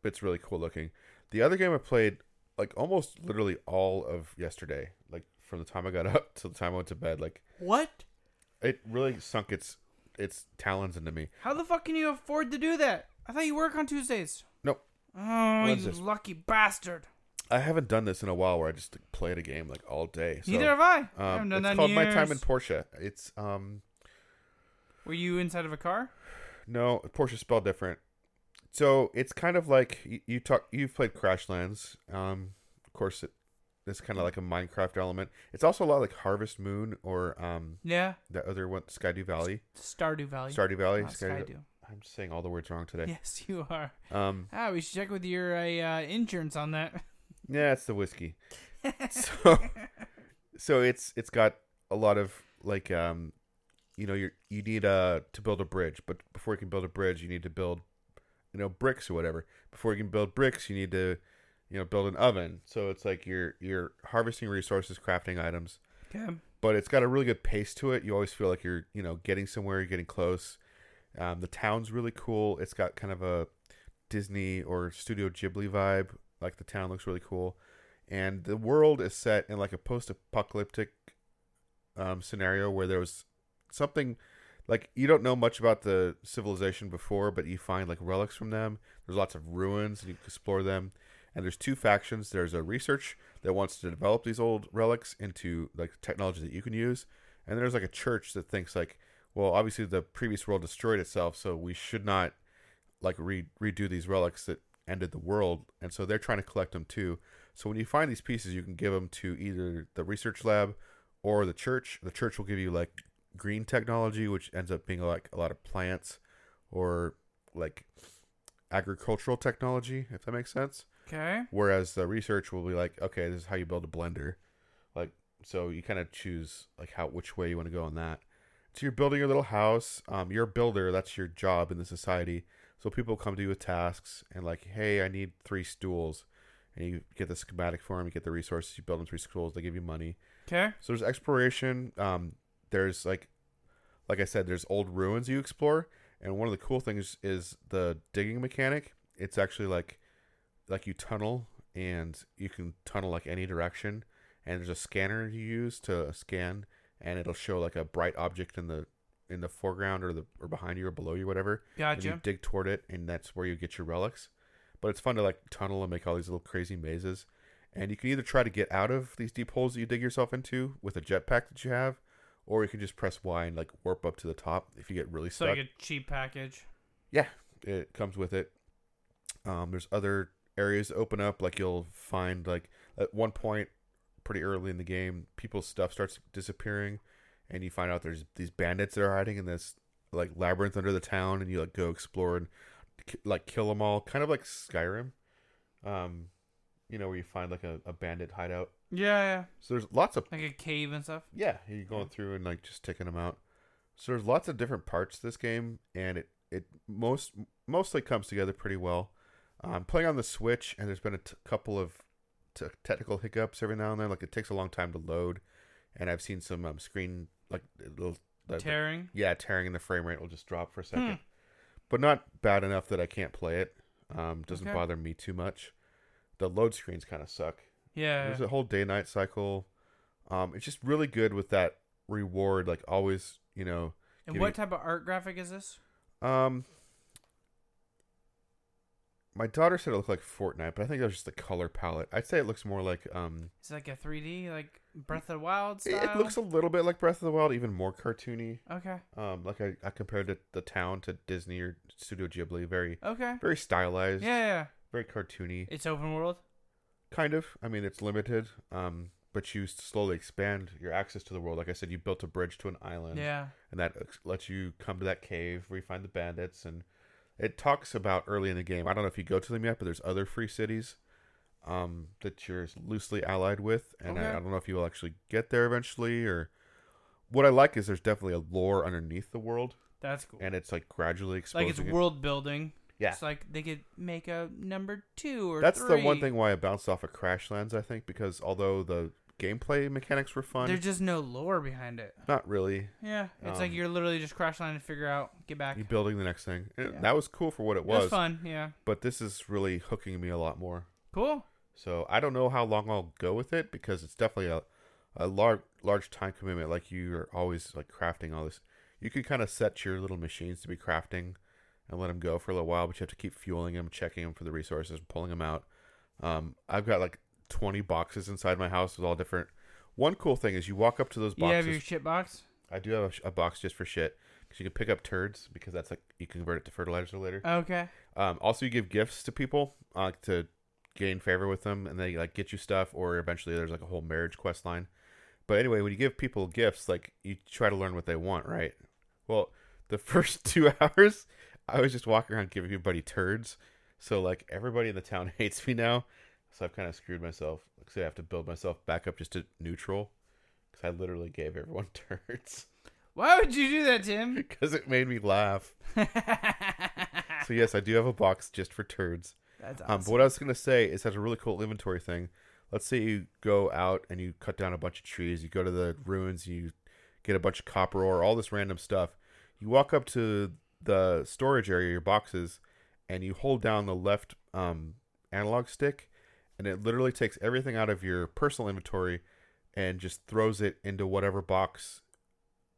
D: it's really cool looking. The other game I played like almost literally all of yesterday, like from the time I got up till the time I went to bed. Like
C: What?
D: it really sunk its its talons into me.
C: How the fuck can you afford to do that? I thought you work on Tuesdays.
D: Nope.
C: Oh, you
D: Wednesdays.
C: lucky bastard.
D: I haven't done this in a while where I just like, played a game like all day. So,
C: Neither have I.
D: Um,
C: I haven't done
D: it's
C: that in
D: called My Time
C: years.
D: in Porsche. It's um
C: Were you inside of a car?
D: no Porsche spelled different. So it's kind of like you, you talk. You've played Crashlands. Um, of course, it, it's kind of like a Minecraft element. It's also a lot like Harvest Moon or um
C: Yeah.
D: that other one Skydew Valley.
C: Stardew Valley.
D: Stardew Valley.
C: Not Skydew.
D: I'm saying all the words wrong today.
C: Yes, you are.
D: Um,
C: Ah, we should check with your uh, uh, insurance on that.
D: Yeah, it's the whiskey. so, so it's it's got a lot of like um, you know, you you need uh to build a bridge, but before you can build a bridge, you need to build, you know, bricks or whatever. Before you can build bricks, you need to, you know, build an oven. So it's like you're you're harvesting resources, crafting items.
C: Okay.
D: But it's got a really good pace to it. You always feel like you're you know getting somewhere, you're getting close. Um, the town's really cool. It's got kind of a Disney or Studio Ghibli vibe. Like the town looks really cool, and the world is set in like a post-apocalyptic um, scenario where there was something like you don't know much about the civilization before, but you find like relics from them. There's lots of ruins, and you can explore them. And there's two factions. There's a research that wants to develop these old relics into like technology that you can use, and there's like a church that thinks like, well, obviously the previous world destroyed itself, so we should not like re- redo these relics that ended the world, and so they're trying to collect them too. So when you find these pieces, you can give them to either the research lab or the church. The church will give you like green technology, which ends up being like a lot of plants or like agricultural technology, if that makes sense.
C: Okay.
D: Whereas the research will be like, okay, this is how you build a blender. Like, so you kind of choose like how which way you want to go on that. So you're building your little house. Um, you're a builder. That's your job in the society. So people come to you with tasks and like, hey, I need three stools, and you get the schematic for them. You get the resources. You build them three stools. They give you money.
C: 'Kay.
D: So there's exploration. Um, there's like, like I said, there's old ruins you explore, and one of the cool things is the digging mechanic. It's actually like, like you tunnel, and you can tunnel like any direction, and there's a scanner you use to scan, and it'll show like a bright object in the in the foreground or the or behind you or below you, whatever. And you
C: Gotcha.
D: dig toward it, and that's where you get your relics. But it's fun to like tunnel and make all these little crazy mazes. And you can either try to get out of these deep holes that you dig yourself into with a jetpack that you have, or you can just press Y and like warp up to the top if you get really
C: It's
D: stuck.
C: like a cheap package.
D: Yeah, it comes with it. Um, there's other areas that open up. Like you'll find like at one point, pretty early in the game, people's stuff starts disappearing, and you find out there's these bandits that are hiding in this like labyrinth under the town, and you like go explore and ki- like kill them all, kind of like Skyrim. Um, you know where you find like a, a bandit hideout.
C: Yeah, yeah.
D: So there's lots of
C: Like a cave and stuff.
D: yeah, you're going through and like just taking them out. So there's lots of different parts to this game, and it it most mostly comes together pretty well. Um, playing on the Switch, and there's been a t- couple of t- technical hiccups every now and then. Like it takes a long time to load, and I've seen some um, screen like little the- the-
C: Tearing? Hmm.
D: yeah, tearing in the frame rate will just drop for a second. but not bad enough that I can't play it. Um, doesn't
C: Okay.
D: bother me too much. The load screens kind of suck.
C: Yeah.
D: there's a whole day night cycle. Um, it's just really good with that reward, like always. You know,
C: And
D: giving-
C: what type of art graphic is this?
D: um, my daughter said it looked like Fortnite, but I think that was just the color palette. I'd say it looks more like um,
C: It's like a 3D, like Breath of the Wild
D: it-
C: style.
D: it looks a little bit like Breath of the Wild, even more cartoony.
C: Okay.
D: Um, like I, I compared it, the town to Disney or Studio Ghibli, very
C: Okay.
D: very stylized.
C: Yeah, yeah, yeah.
D: Very cartoony.
C: It's open world.
D: Kind of. I mean, it's limited. Um, but you slowly expand your access to the world. Like I said, you built a bridge to an island.
C: Yeah.
D: And that ex- lets you come to that cave where you find the bandits. And it talks about early in the game. I don't know if you go to them yet, but there's other free cities um, that you're loosely allied with. And I, I
C: Okay.
D: don't know if you will actually get there eventually or. What I like is there's definitely a lore underneath the world.
C: That's cool.
D: And it's like gradually exposing
C: Like it's
D: it.
C: world building.
D: Yeah.
C: It's like they could make a number two or
D: That's the one
C: three.
D: thing why I bounced off of Crashlands, I think, because although the gameplay mechanics were fun,
C: There's just no lore behind it.
D: not really.
C: Yeah. It's
D: Um,
C: like you're literally just crash line to figure out, get back.
D: you're building the next thing. And
C: Yeah.
D: That was cool for what it
C: It
D: was.
C: was fun, yeah.
D: But this is really hooking me a lot more.
C: Cool.
D: So I don't know how long I'll go with it because it's definitely a, a large large time commitment. Like you are always like crafting all this. You can kind of set your little machines to be crafting and let them go for a little while, but you have to keep fueling them, checking them for the resources, pulling them out. Um, I've got like twenty boxes inside my house with all different. One cool thing is you walk up to those
C: You
D: boxes.
C: have your shit box?
D: I do have a, sh- a box just for shit because you can pick up turds because that's like you can convert it to fertilizer later.
C: Okay.
D: Um, also, you give gifts to people uh, to gain favor with them, and they like get you stuff, or eventually there's like a whole marriage quest line. But anyway, when you give people gifts, like you try to learn what they want, right? Well, the first two hours, I was just walking around giving everybody turds, so like everybody in the town hates me now. So I've kind of screwed myself. So I have to build myself back up just to neutral, because I literally gave everyone turds.
C: Why would you do that, Tim?
D: because it made me laugh. so yes, I do have a box just for turds.
C: That's
D: Um, but what I was gonna say is that's a really cool inventory thing. Let's say you go out and you cut down a bunch of trees. You go to the ruins. You get a bunch of copper ore, all this random stuff. You walk up to the storage area, your boxes, and you hold down the left um, analog stick, and it literally takes everything out of your personal inventory and just throws it into whatever box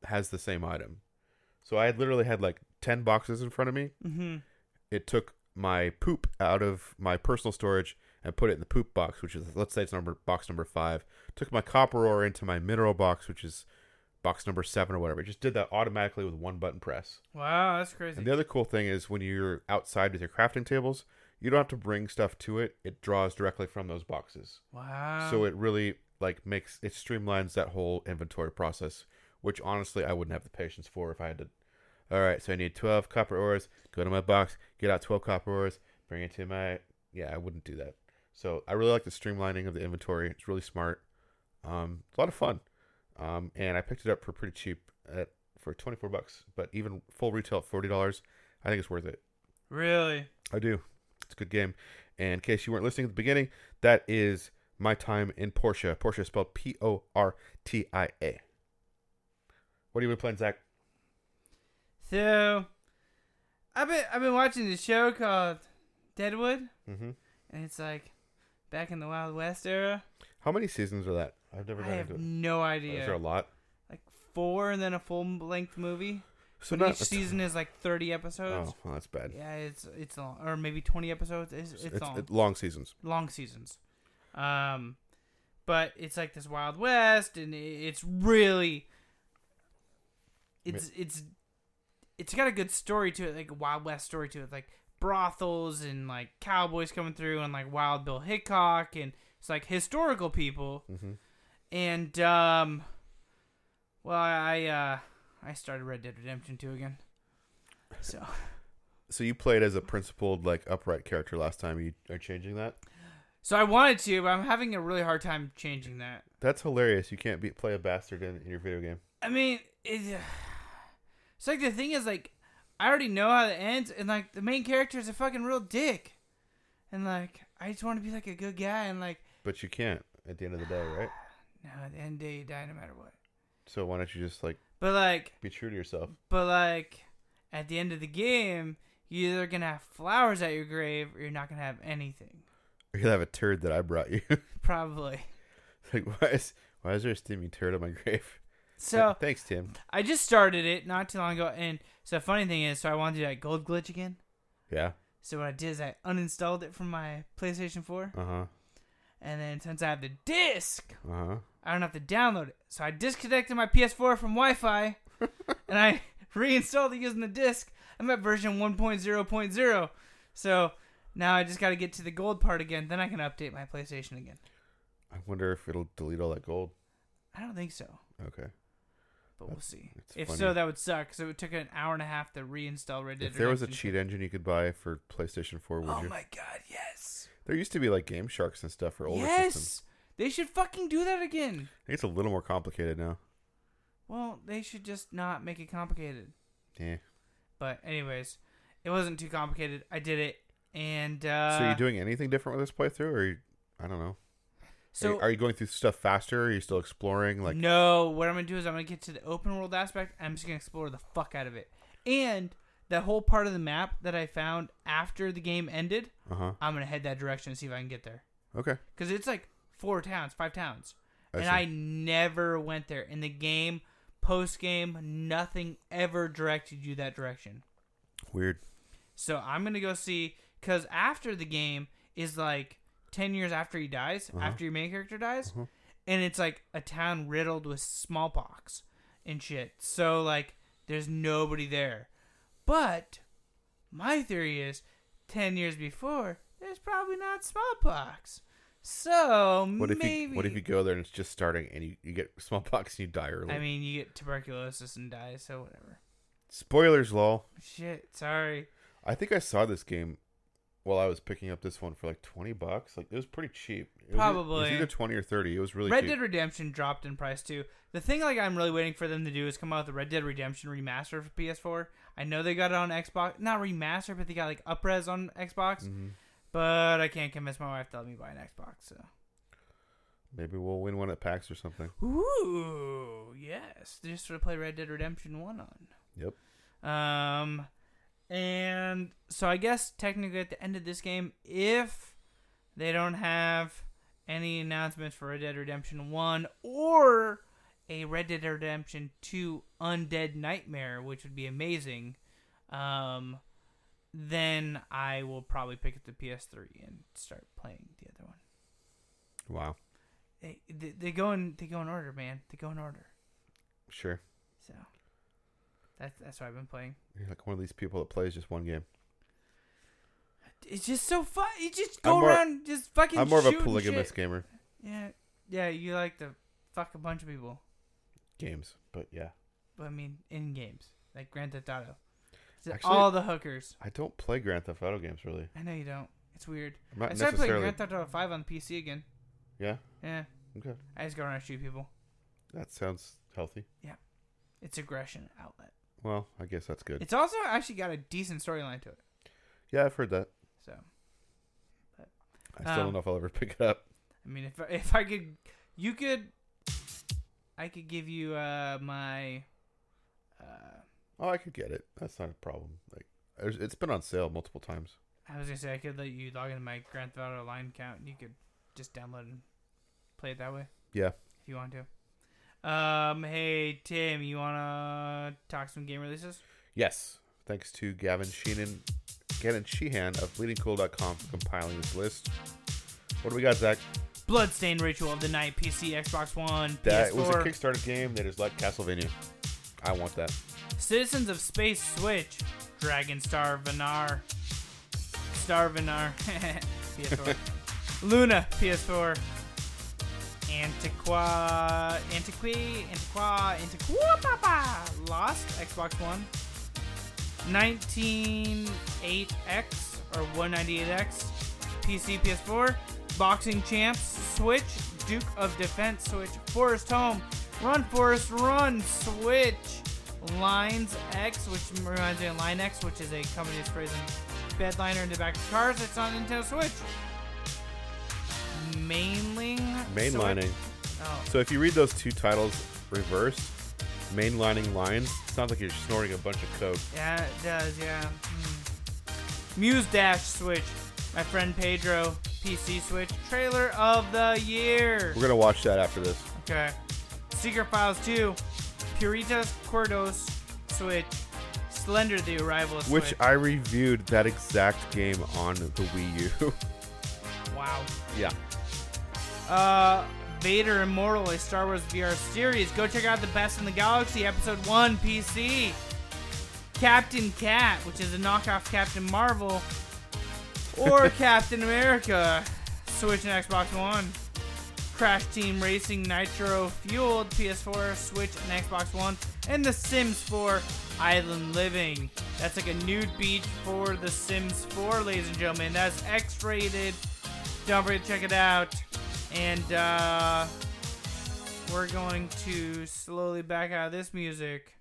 D: has the same item. So I had literally had like 10 boxes in front of me.
C: Mhm.
D: It took my poop out of my personal storage and put it in the poop box, which is, let's say it's number box number five. Took my copper ore into my mineral box, which is box number seven or whatever. It just did that automatically with one button press.
C: Wow, that's crazy.
D: And the other cool thing is when you're outside with your crafting tables, you don't have to bring stuff to it. It draws directly from those boxes.
C: Wow.
D: So it really like makes it streamlines that whole inventory process, which honestly I wouldn't have the patience for if I had to. All right, so I need twelve copper ores. Go to my box, get out twelve copper ores, bring it to my. Yeah, I wouldn't do that. So I really like the streamlining of the inventory. It's really smart. Um, it's a lot of fun. Um, and I picked it up for pretty cheap at for twenty four bucks, but even full retail at forty dollars, I think it's worth it.
C: Really?
D: I do. It's a good game. And in case you weren't listening at the beginning, that is my time in Porsche. Porsche is spelled P O R T I A. What are you been playing, Zach?
C: So, I've been I've been watching this show called Deadwood,
D: Mhm.
C: and it's like back in the Wild West era.
D: How many seasons are that? I've never
C: I
D: gotten
C: have
D: into it.
C: no idea.
D: Is there a lot?
C: Like four, and then a full length movie.
D: So
C: So
D: not
C: each
D: a t-
C: season is like thirty episodes.
D: Oh, well, that's bad.
C: Yeah, it's it's long, or maybe twenty episodes. It's it's,
D: It's-
C: long.
D: it- long seasons.
C: Long seasons. Um, but it's like this Wild West, and i- it's really, it's it's it's got a good story to it, like a Wild West story to it, like brothels and like cowboys coming through, and like Wild Bill Hickok, and it's like historical people,
D: Mhm.
C: and um, well, I uh, I started Red Dead Redemption two again, so.
D: So you played as a principled, like upright character last time. You are changing that?
C: So I wanted to, but I'm having a really hard time changing that.
D: That's hilarious. You can't be, play a bastard in, in your video game.
C: I mean, it, it's like the thing is like I already know how it ends, and like the main character is a fucking real dick, and like I just want to be like a good guy, and like
D: But you can't at the end of the day, right?
C: no, at the end of the day you die no matter what.
D: So why don't you just like
C: But like,
D: be true to yourself?
C: but like at the end of the game, You're either gonna have flowers at your grave, or you're not gonna have anything.
D: Or you'll have a turd that I brought you.
C: Probably.
D: like, why is, why is there a steaming turd on my grave?
C: So-
D: Th- thanks, Tim.
C: I just started it not too long ago, and so funny thing is, so I wanted to do that gold glitch again.
D: Yeah.
C: So what I did is I uninstalled it from my PlayStation 4,
D: Uh huh.
C: and then since I have the disc,
D: Uh huh.
C: I don't have to download it. So I disconnected my PS4 from Wi-Fi, and I reinstalled it using the disc. I'm at version 1.0.0, so now I just got to get to the gold part again. Then I can update my PlayStation again.
D: I wonder if it'll delete all that gold.
C: I don't think so.
D: Okay.
C: But we'll see.
D: That's
C: If
D: funny.
C: so, that would suck because it would took an hour and a half to reinstall Red Dead.
D: if there was a
C: Redemption.
D: cheat engine you could buy for PlayStation 4, would
C: oh
D: you?
C: my god, yes,
D: There used to be like Game Sharks and stuff for older
C: yes,
D: systems.
C: they should fucking do that again.
D: I think it's a little more complicated now.
C: Well, they should just not make it complicated.
D: Yeah.
C: But anyways, it wasn't too complicated. I did it, and uh,
D: so, are you doing anything different with this playthrough, or are you, I don't know? So, are
C: So-
D: you, going through stuff faster? Are you still exploring? Like,
C: no, what I'm gonna do is I'm gonna get to the open world aspect. I'm just gonna explore the fuck out of it, and that whole part of the map that I found after the game ended,
D: Uh-huh.
C: I'm gonna head that direction and see if I can get there.
D: okay,
C: because it's like four towns, five towns,
D: I
C: and
D: see.
C: I never went there in the game. Post game, nothing ever directed you that direction.
D: weird.
C: So I'm gonna go see because after the game is like ten years after he dies,
D: Uh-huh.
C: after your main character dies,
D: Uh-huh.
C: and it's like a town riddled with smallpox and shit. So like, there's nobody there. But my theory is, ten years before, there's probably not smallpox. So
D: What if
C: maybe
D: you What if you go there and it's just starting, and you, you get smallpox and you die early?
C: I mean, you get tuberculosis and die, so whatever.
D: spoilers, lol.
C: Shit, sorry.
D: I think I saw this game while I was picking up this one for like twenty bucks. Like, it was pretty cheap. It was e- it was
C: Probably.
D: either twenty or thirty. It was really
C: Red
D: cheap.
C: Dead Redemption dropped in price too. The thing like I'm really waiting for them to do is come out with a Red Dead Redemption remaster for PS4. I know they got it on Xbox, not remaster, but they got like upres on Xbox.
D: Mhm.
C: But I can't convince my wife to let me buy an Xbox. So,
D: Maybe we'll win one at PAX or something.
C: ooh, yes, just to play Red Dead Redemption One on.
D: Yep.
C: Um, and so I guess technically at the end of this game, if they don't have any announcements for Red Dead Redemption One or a Red Dead Redemption Two Undead Nightmare, which would be amazing, um, then I will probably pick up the PS3 and start playing the other one.
D: Wow.
C: They, they, they go in they go in order, man. They go in order.
D: Sure.
C: So that's that's what I've been playing.
D: You're like one of these people that plays just one game.
C: It's just so fun. You just go
D: I'm more-
C: around, just fucking.
D: I'm more of a
C: shooting
D: polygamous
C: shit.
D: gamer.
C: Yeah, yeah. You like to fuck a bunch of people.
D: Games, but yeah.
C: But I mean, in games like Grand Theft Auto, It's
D: Actually-
C: all the hookers.
D: I don't play Grand Theft Auto games really.
C: I know you don't. It's weird.
D: I'm not
C: I started playing
D: necessarily-
C: Grand Theft Auto Five on PC again.
D: Yeah.
C: Yeah.
D: Okay.
C: I just go around and shoot people.
D: That sounds healthy.
C: Yeah, it's aggression outlet.
D: Well, I guess that's good.
C: It's also actually got a decent storyline to it.
D: yeah, I've heard that.
C: So, but
D: I still
C: um,
D: don't know if I'll ever pick it up.
C: I mean, if if I could, you could, I could give you uh my. Uh,
D: Oh, I could get it. That's not a problem. Like, there's- it's been on sale multiple times.
C: I was gonna say I could let you log into my Grand Theft Auto line count, and you could just download and play it that way
D: Yeah.
C: if you want to. Um, hey Tim, you wanna talk some game releases?
D: Yes. Thanks to Gavin Sheenan, Gavin Sheehan of bleedingcool.com for compiling this list. What do we got, Zach?
C: Bloodstained Ritual of the Night, PC, Xbox One,
D: That
C: PS4.
D: was a Kickstarter game that is like Castlevania. I want that.
C: Citizens of Space Switch, Dragon Star Vanar, Star Vanar, PS4, Luna, PS4, Antiqua, Antiqui, Antiqua, Antiqua, Papa, Lost, Xbox One, 198X or 198X, PC, PS4, Boxing Champs, Switch, Duke of Defense, Switch, Forest Home, Run Forest Run, Switch, Lines X, which reminds me of Line X, which is a company that's phrasing bedliner in the back of cars. It's on Nintendo Switch. Mainling.
D: Mainlining.
C: Switch- Oh.
D: So if you read those two titles reversed, mainlining lines sounds like you're snorting a bunch of coke.
C: Yeah, it does. Yeah. Hmm. Muse Dash Switch. My friend Pedro, PC Switch. Trailer of the year.
D: We're gonna watch that after this.
C: Okay. Secret Files 2, Puritas Cordos Switch, Slender the Arrival Switch.
D: Which I reviewed that exact game on the Wii U.
C: Wow.
D: yeah.
C: Uh, Vader Immortal, a Star Wars VR series. Go check out The Best in the Galaxy, Episode 1, PC. Captain Cat, which is a knockoff Captain Marvel. Or Captain America, Switch and Xbox One. Crash Team Racing Nitro Fueled, PS4, Switch, and Xbox One. And The Sims 4 Island Living. That's like a nude beach for The Sims 4, ladies and gentlemen. That's X rated. Don't forget to check it out. And uh, we're going to slowly back out of this music.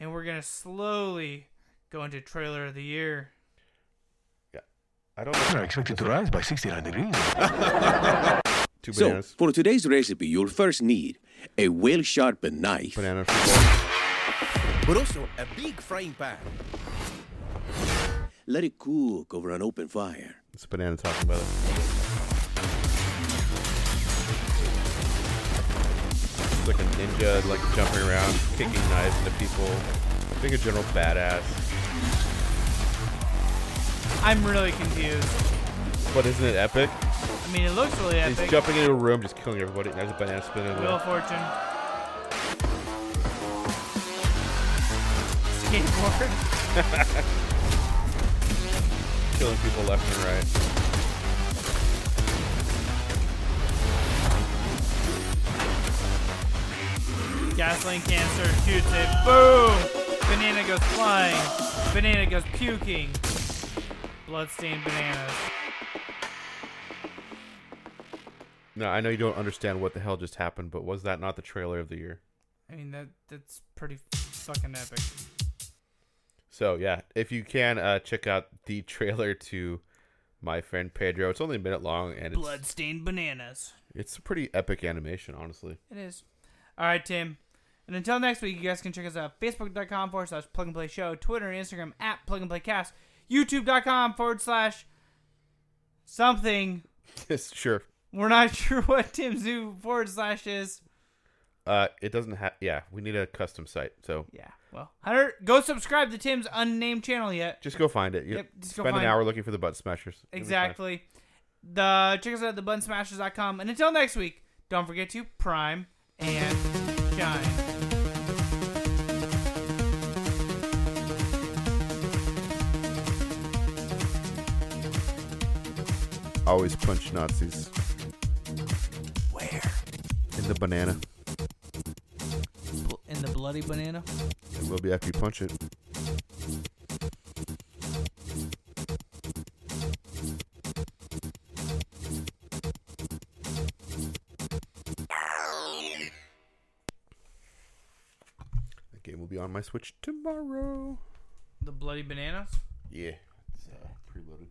C: And we're going to slowly go into trailer of the year.
D: I don't.
K: Are expected to rise by 69 degrees.
D: Two
L: So,
D: bananas.
L: for today's recipe, you'll first need a well sharpened knife,
K: But also a big frying pan.
L: let it cook over an open fire,
D: It's a banana talking about it. It's like a ninja, like jumping around, kicking knives into people. Being a general badass.
C: I'm really confused.
D: But isn't it epic?
C: I mean, it looks really epic.
D: He's jumping into a room, just killing everybody. and There's a banana spinning. in the-
C: Wheel of Fortune. Skateboard.
D: killing people left and right.
C: Gasoline cancer shoots it. Boom! Banana goes flying. Banana goes puking. Bloodstained bananas.
D: No, I know you don't understand what the hell just happened, but was that not the trailer of the year?
C: I mean, that that's pretty fucking epic.
D: So yeah, if you can uh, check out the trailer to my friend Pedro, it's only a minute long and it's
C: Bloodstained bananas.
D: it's a pretty epic animation, honestly.
C: It is. All right, Tim. And until next week, you guys can check us out facebook.com forward slash plug and play show, Twitter and Instagram at plug and play cast, youtube.com forward slash something.
D: sure.
C: We're not sure what Tim's new forward slash is.
D: Uh, it doesn't have. Yeah, we need a custom site. So
C: yeah, well, Hunter, go subscribe to Tim's unnamed channel yet.
D: just go find it. You
C: Yep, just go
D: spend
C: find-
D: an hour looking for the butt smashers. You'll be fine.
C: Exactly. The check us out at thebunsmashers.com. And until next week, don't forget to prime and shine.
D: Always punch Nazis.
C: Where?
D: In the banana.
C: In the bloody banana.
D: It will be after you punch it. That game will be on my Switch tomorrow.
C: The bloody bananas.
D: Yeah, it's uh, preloaded.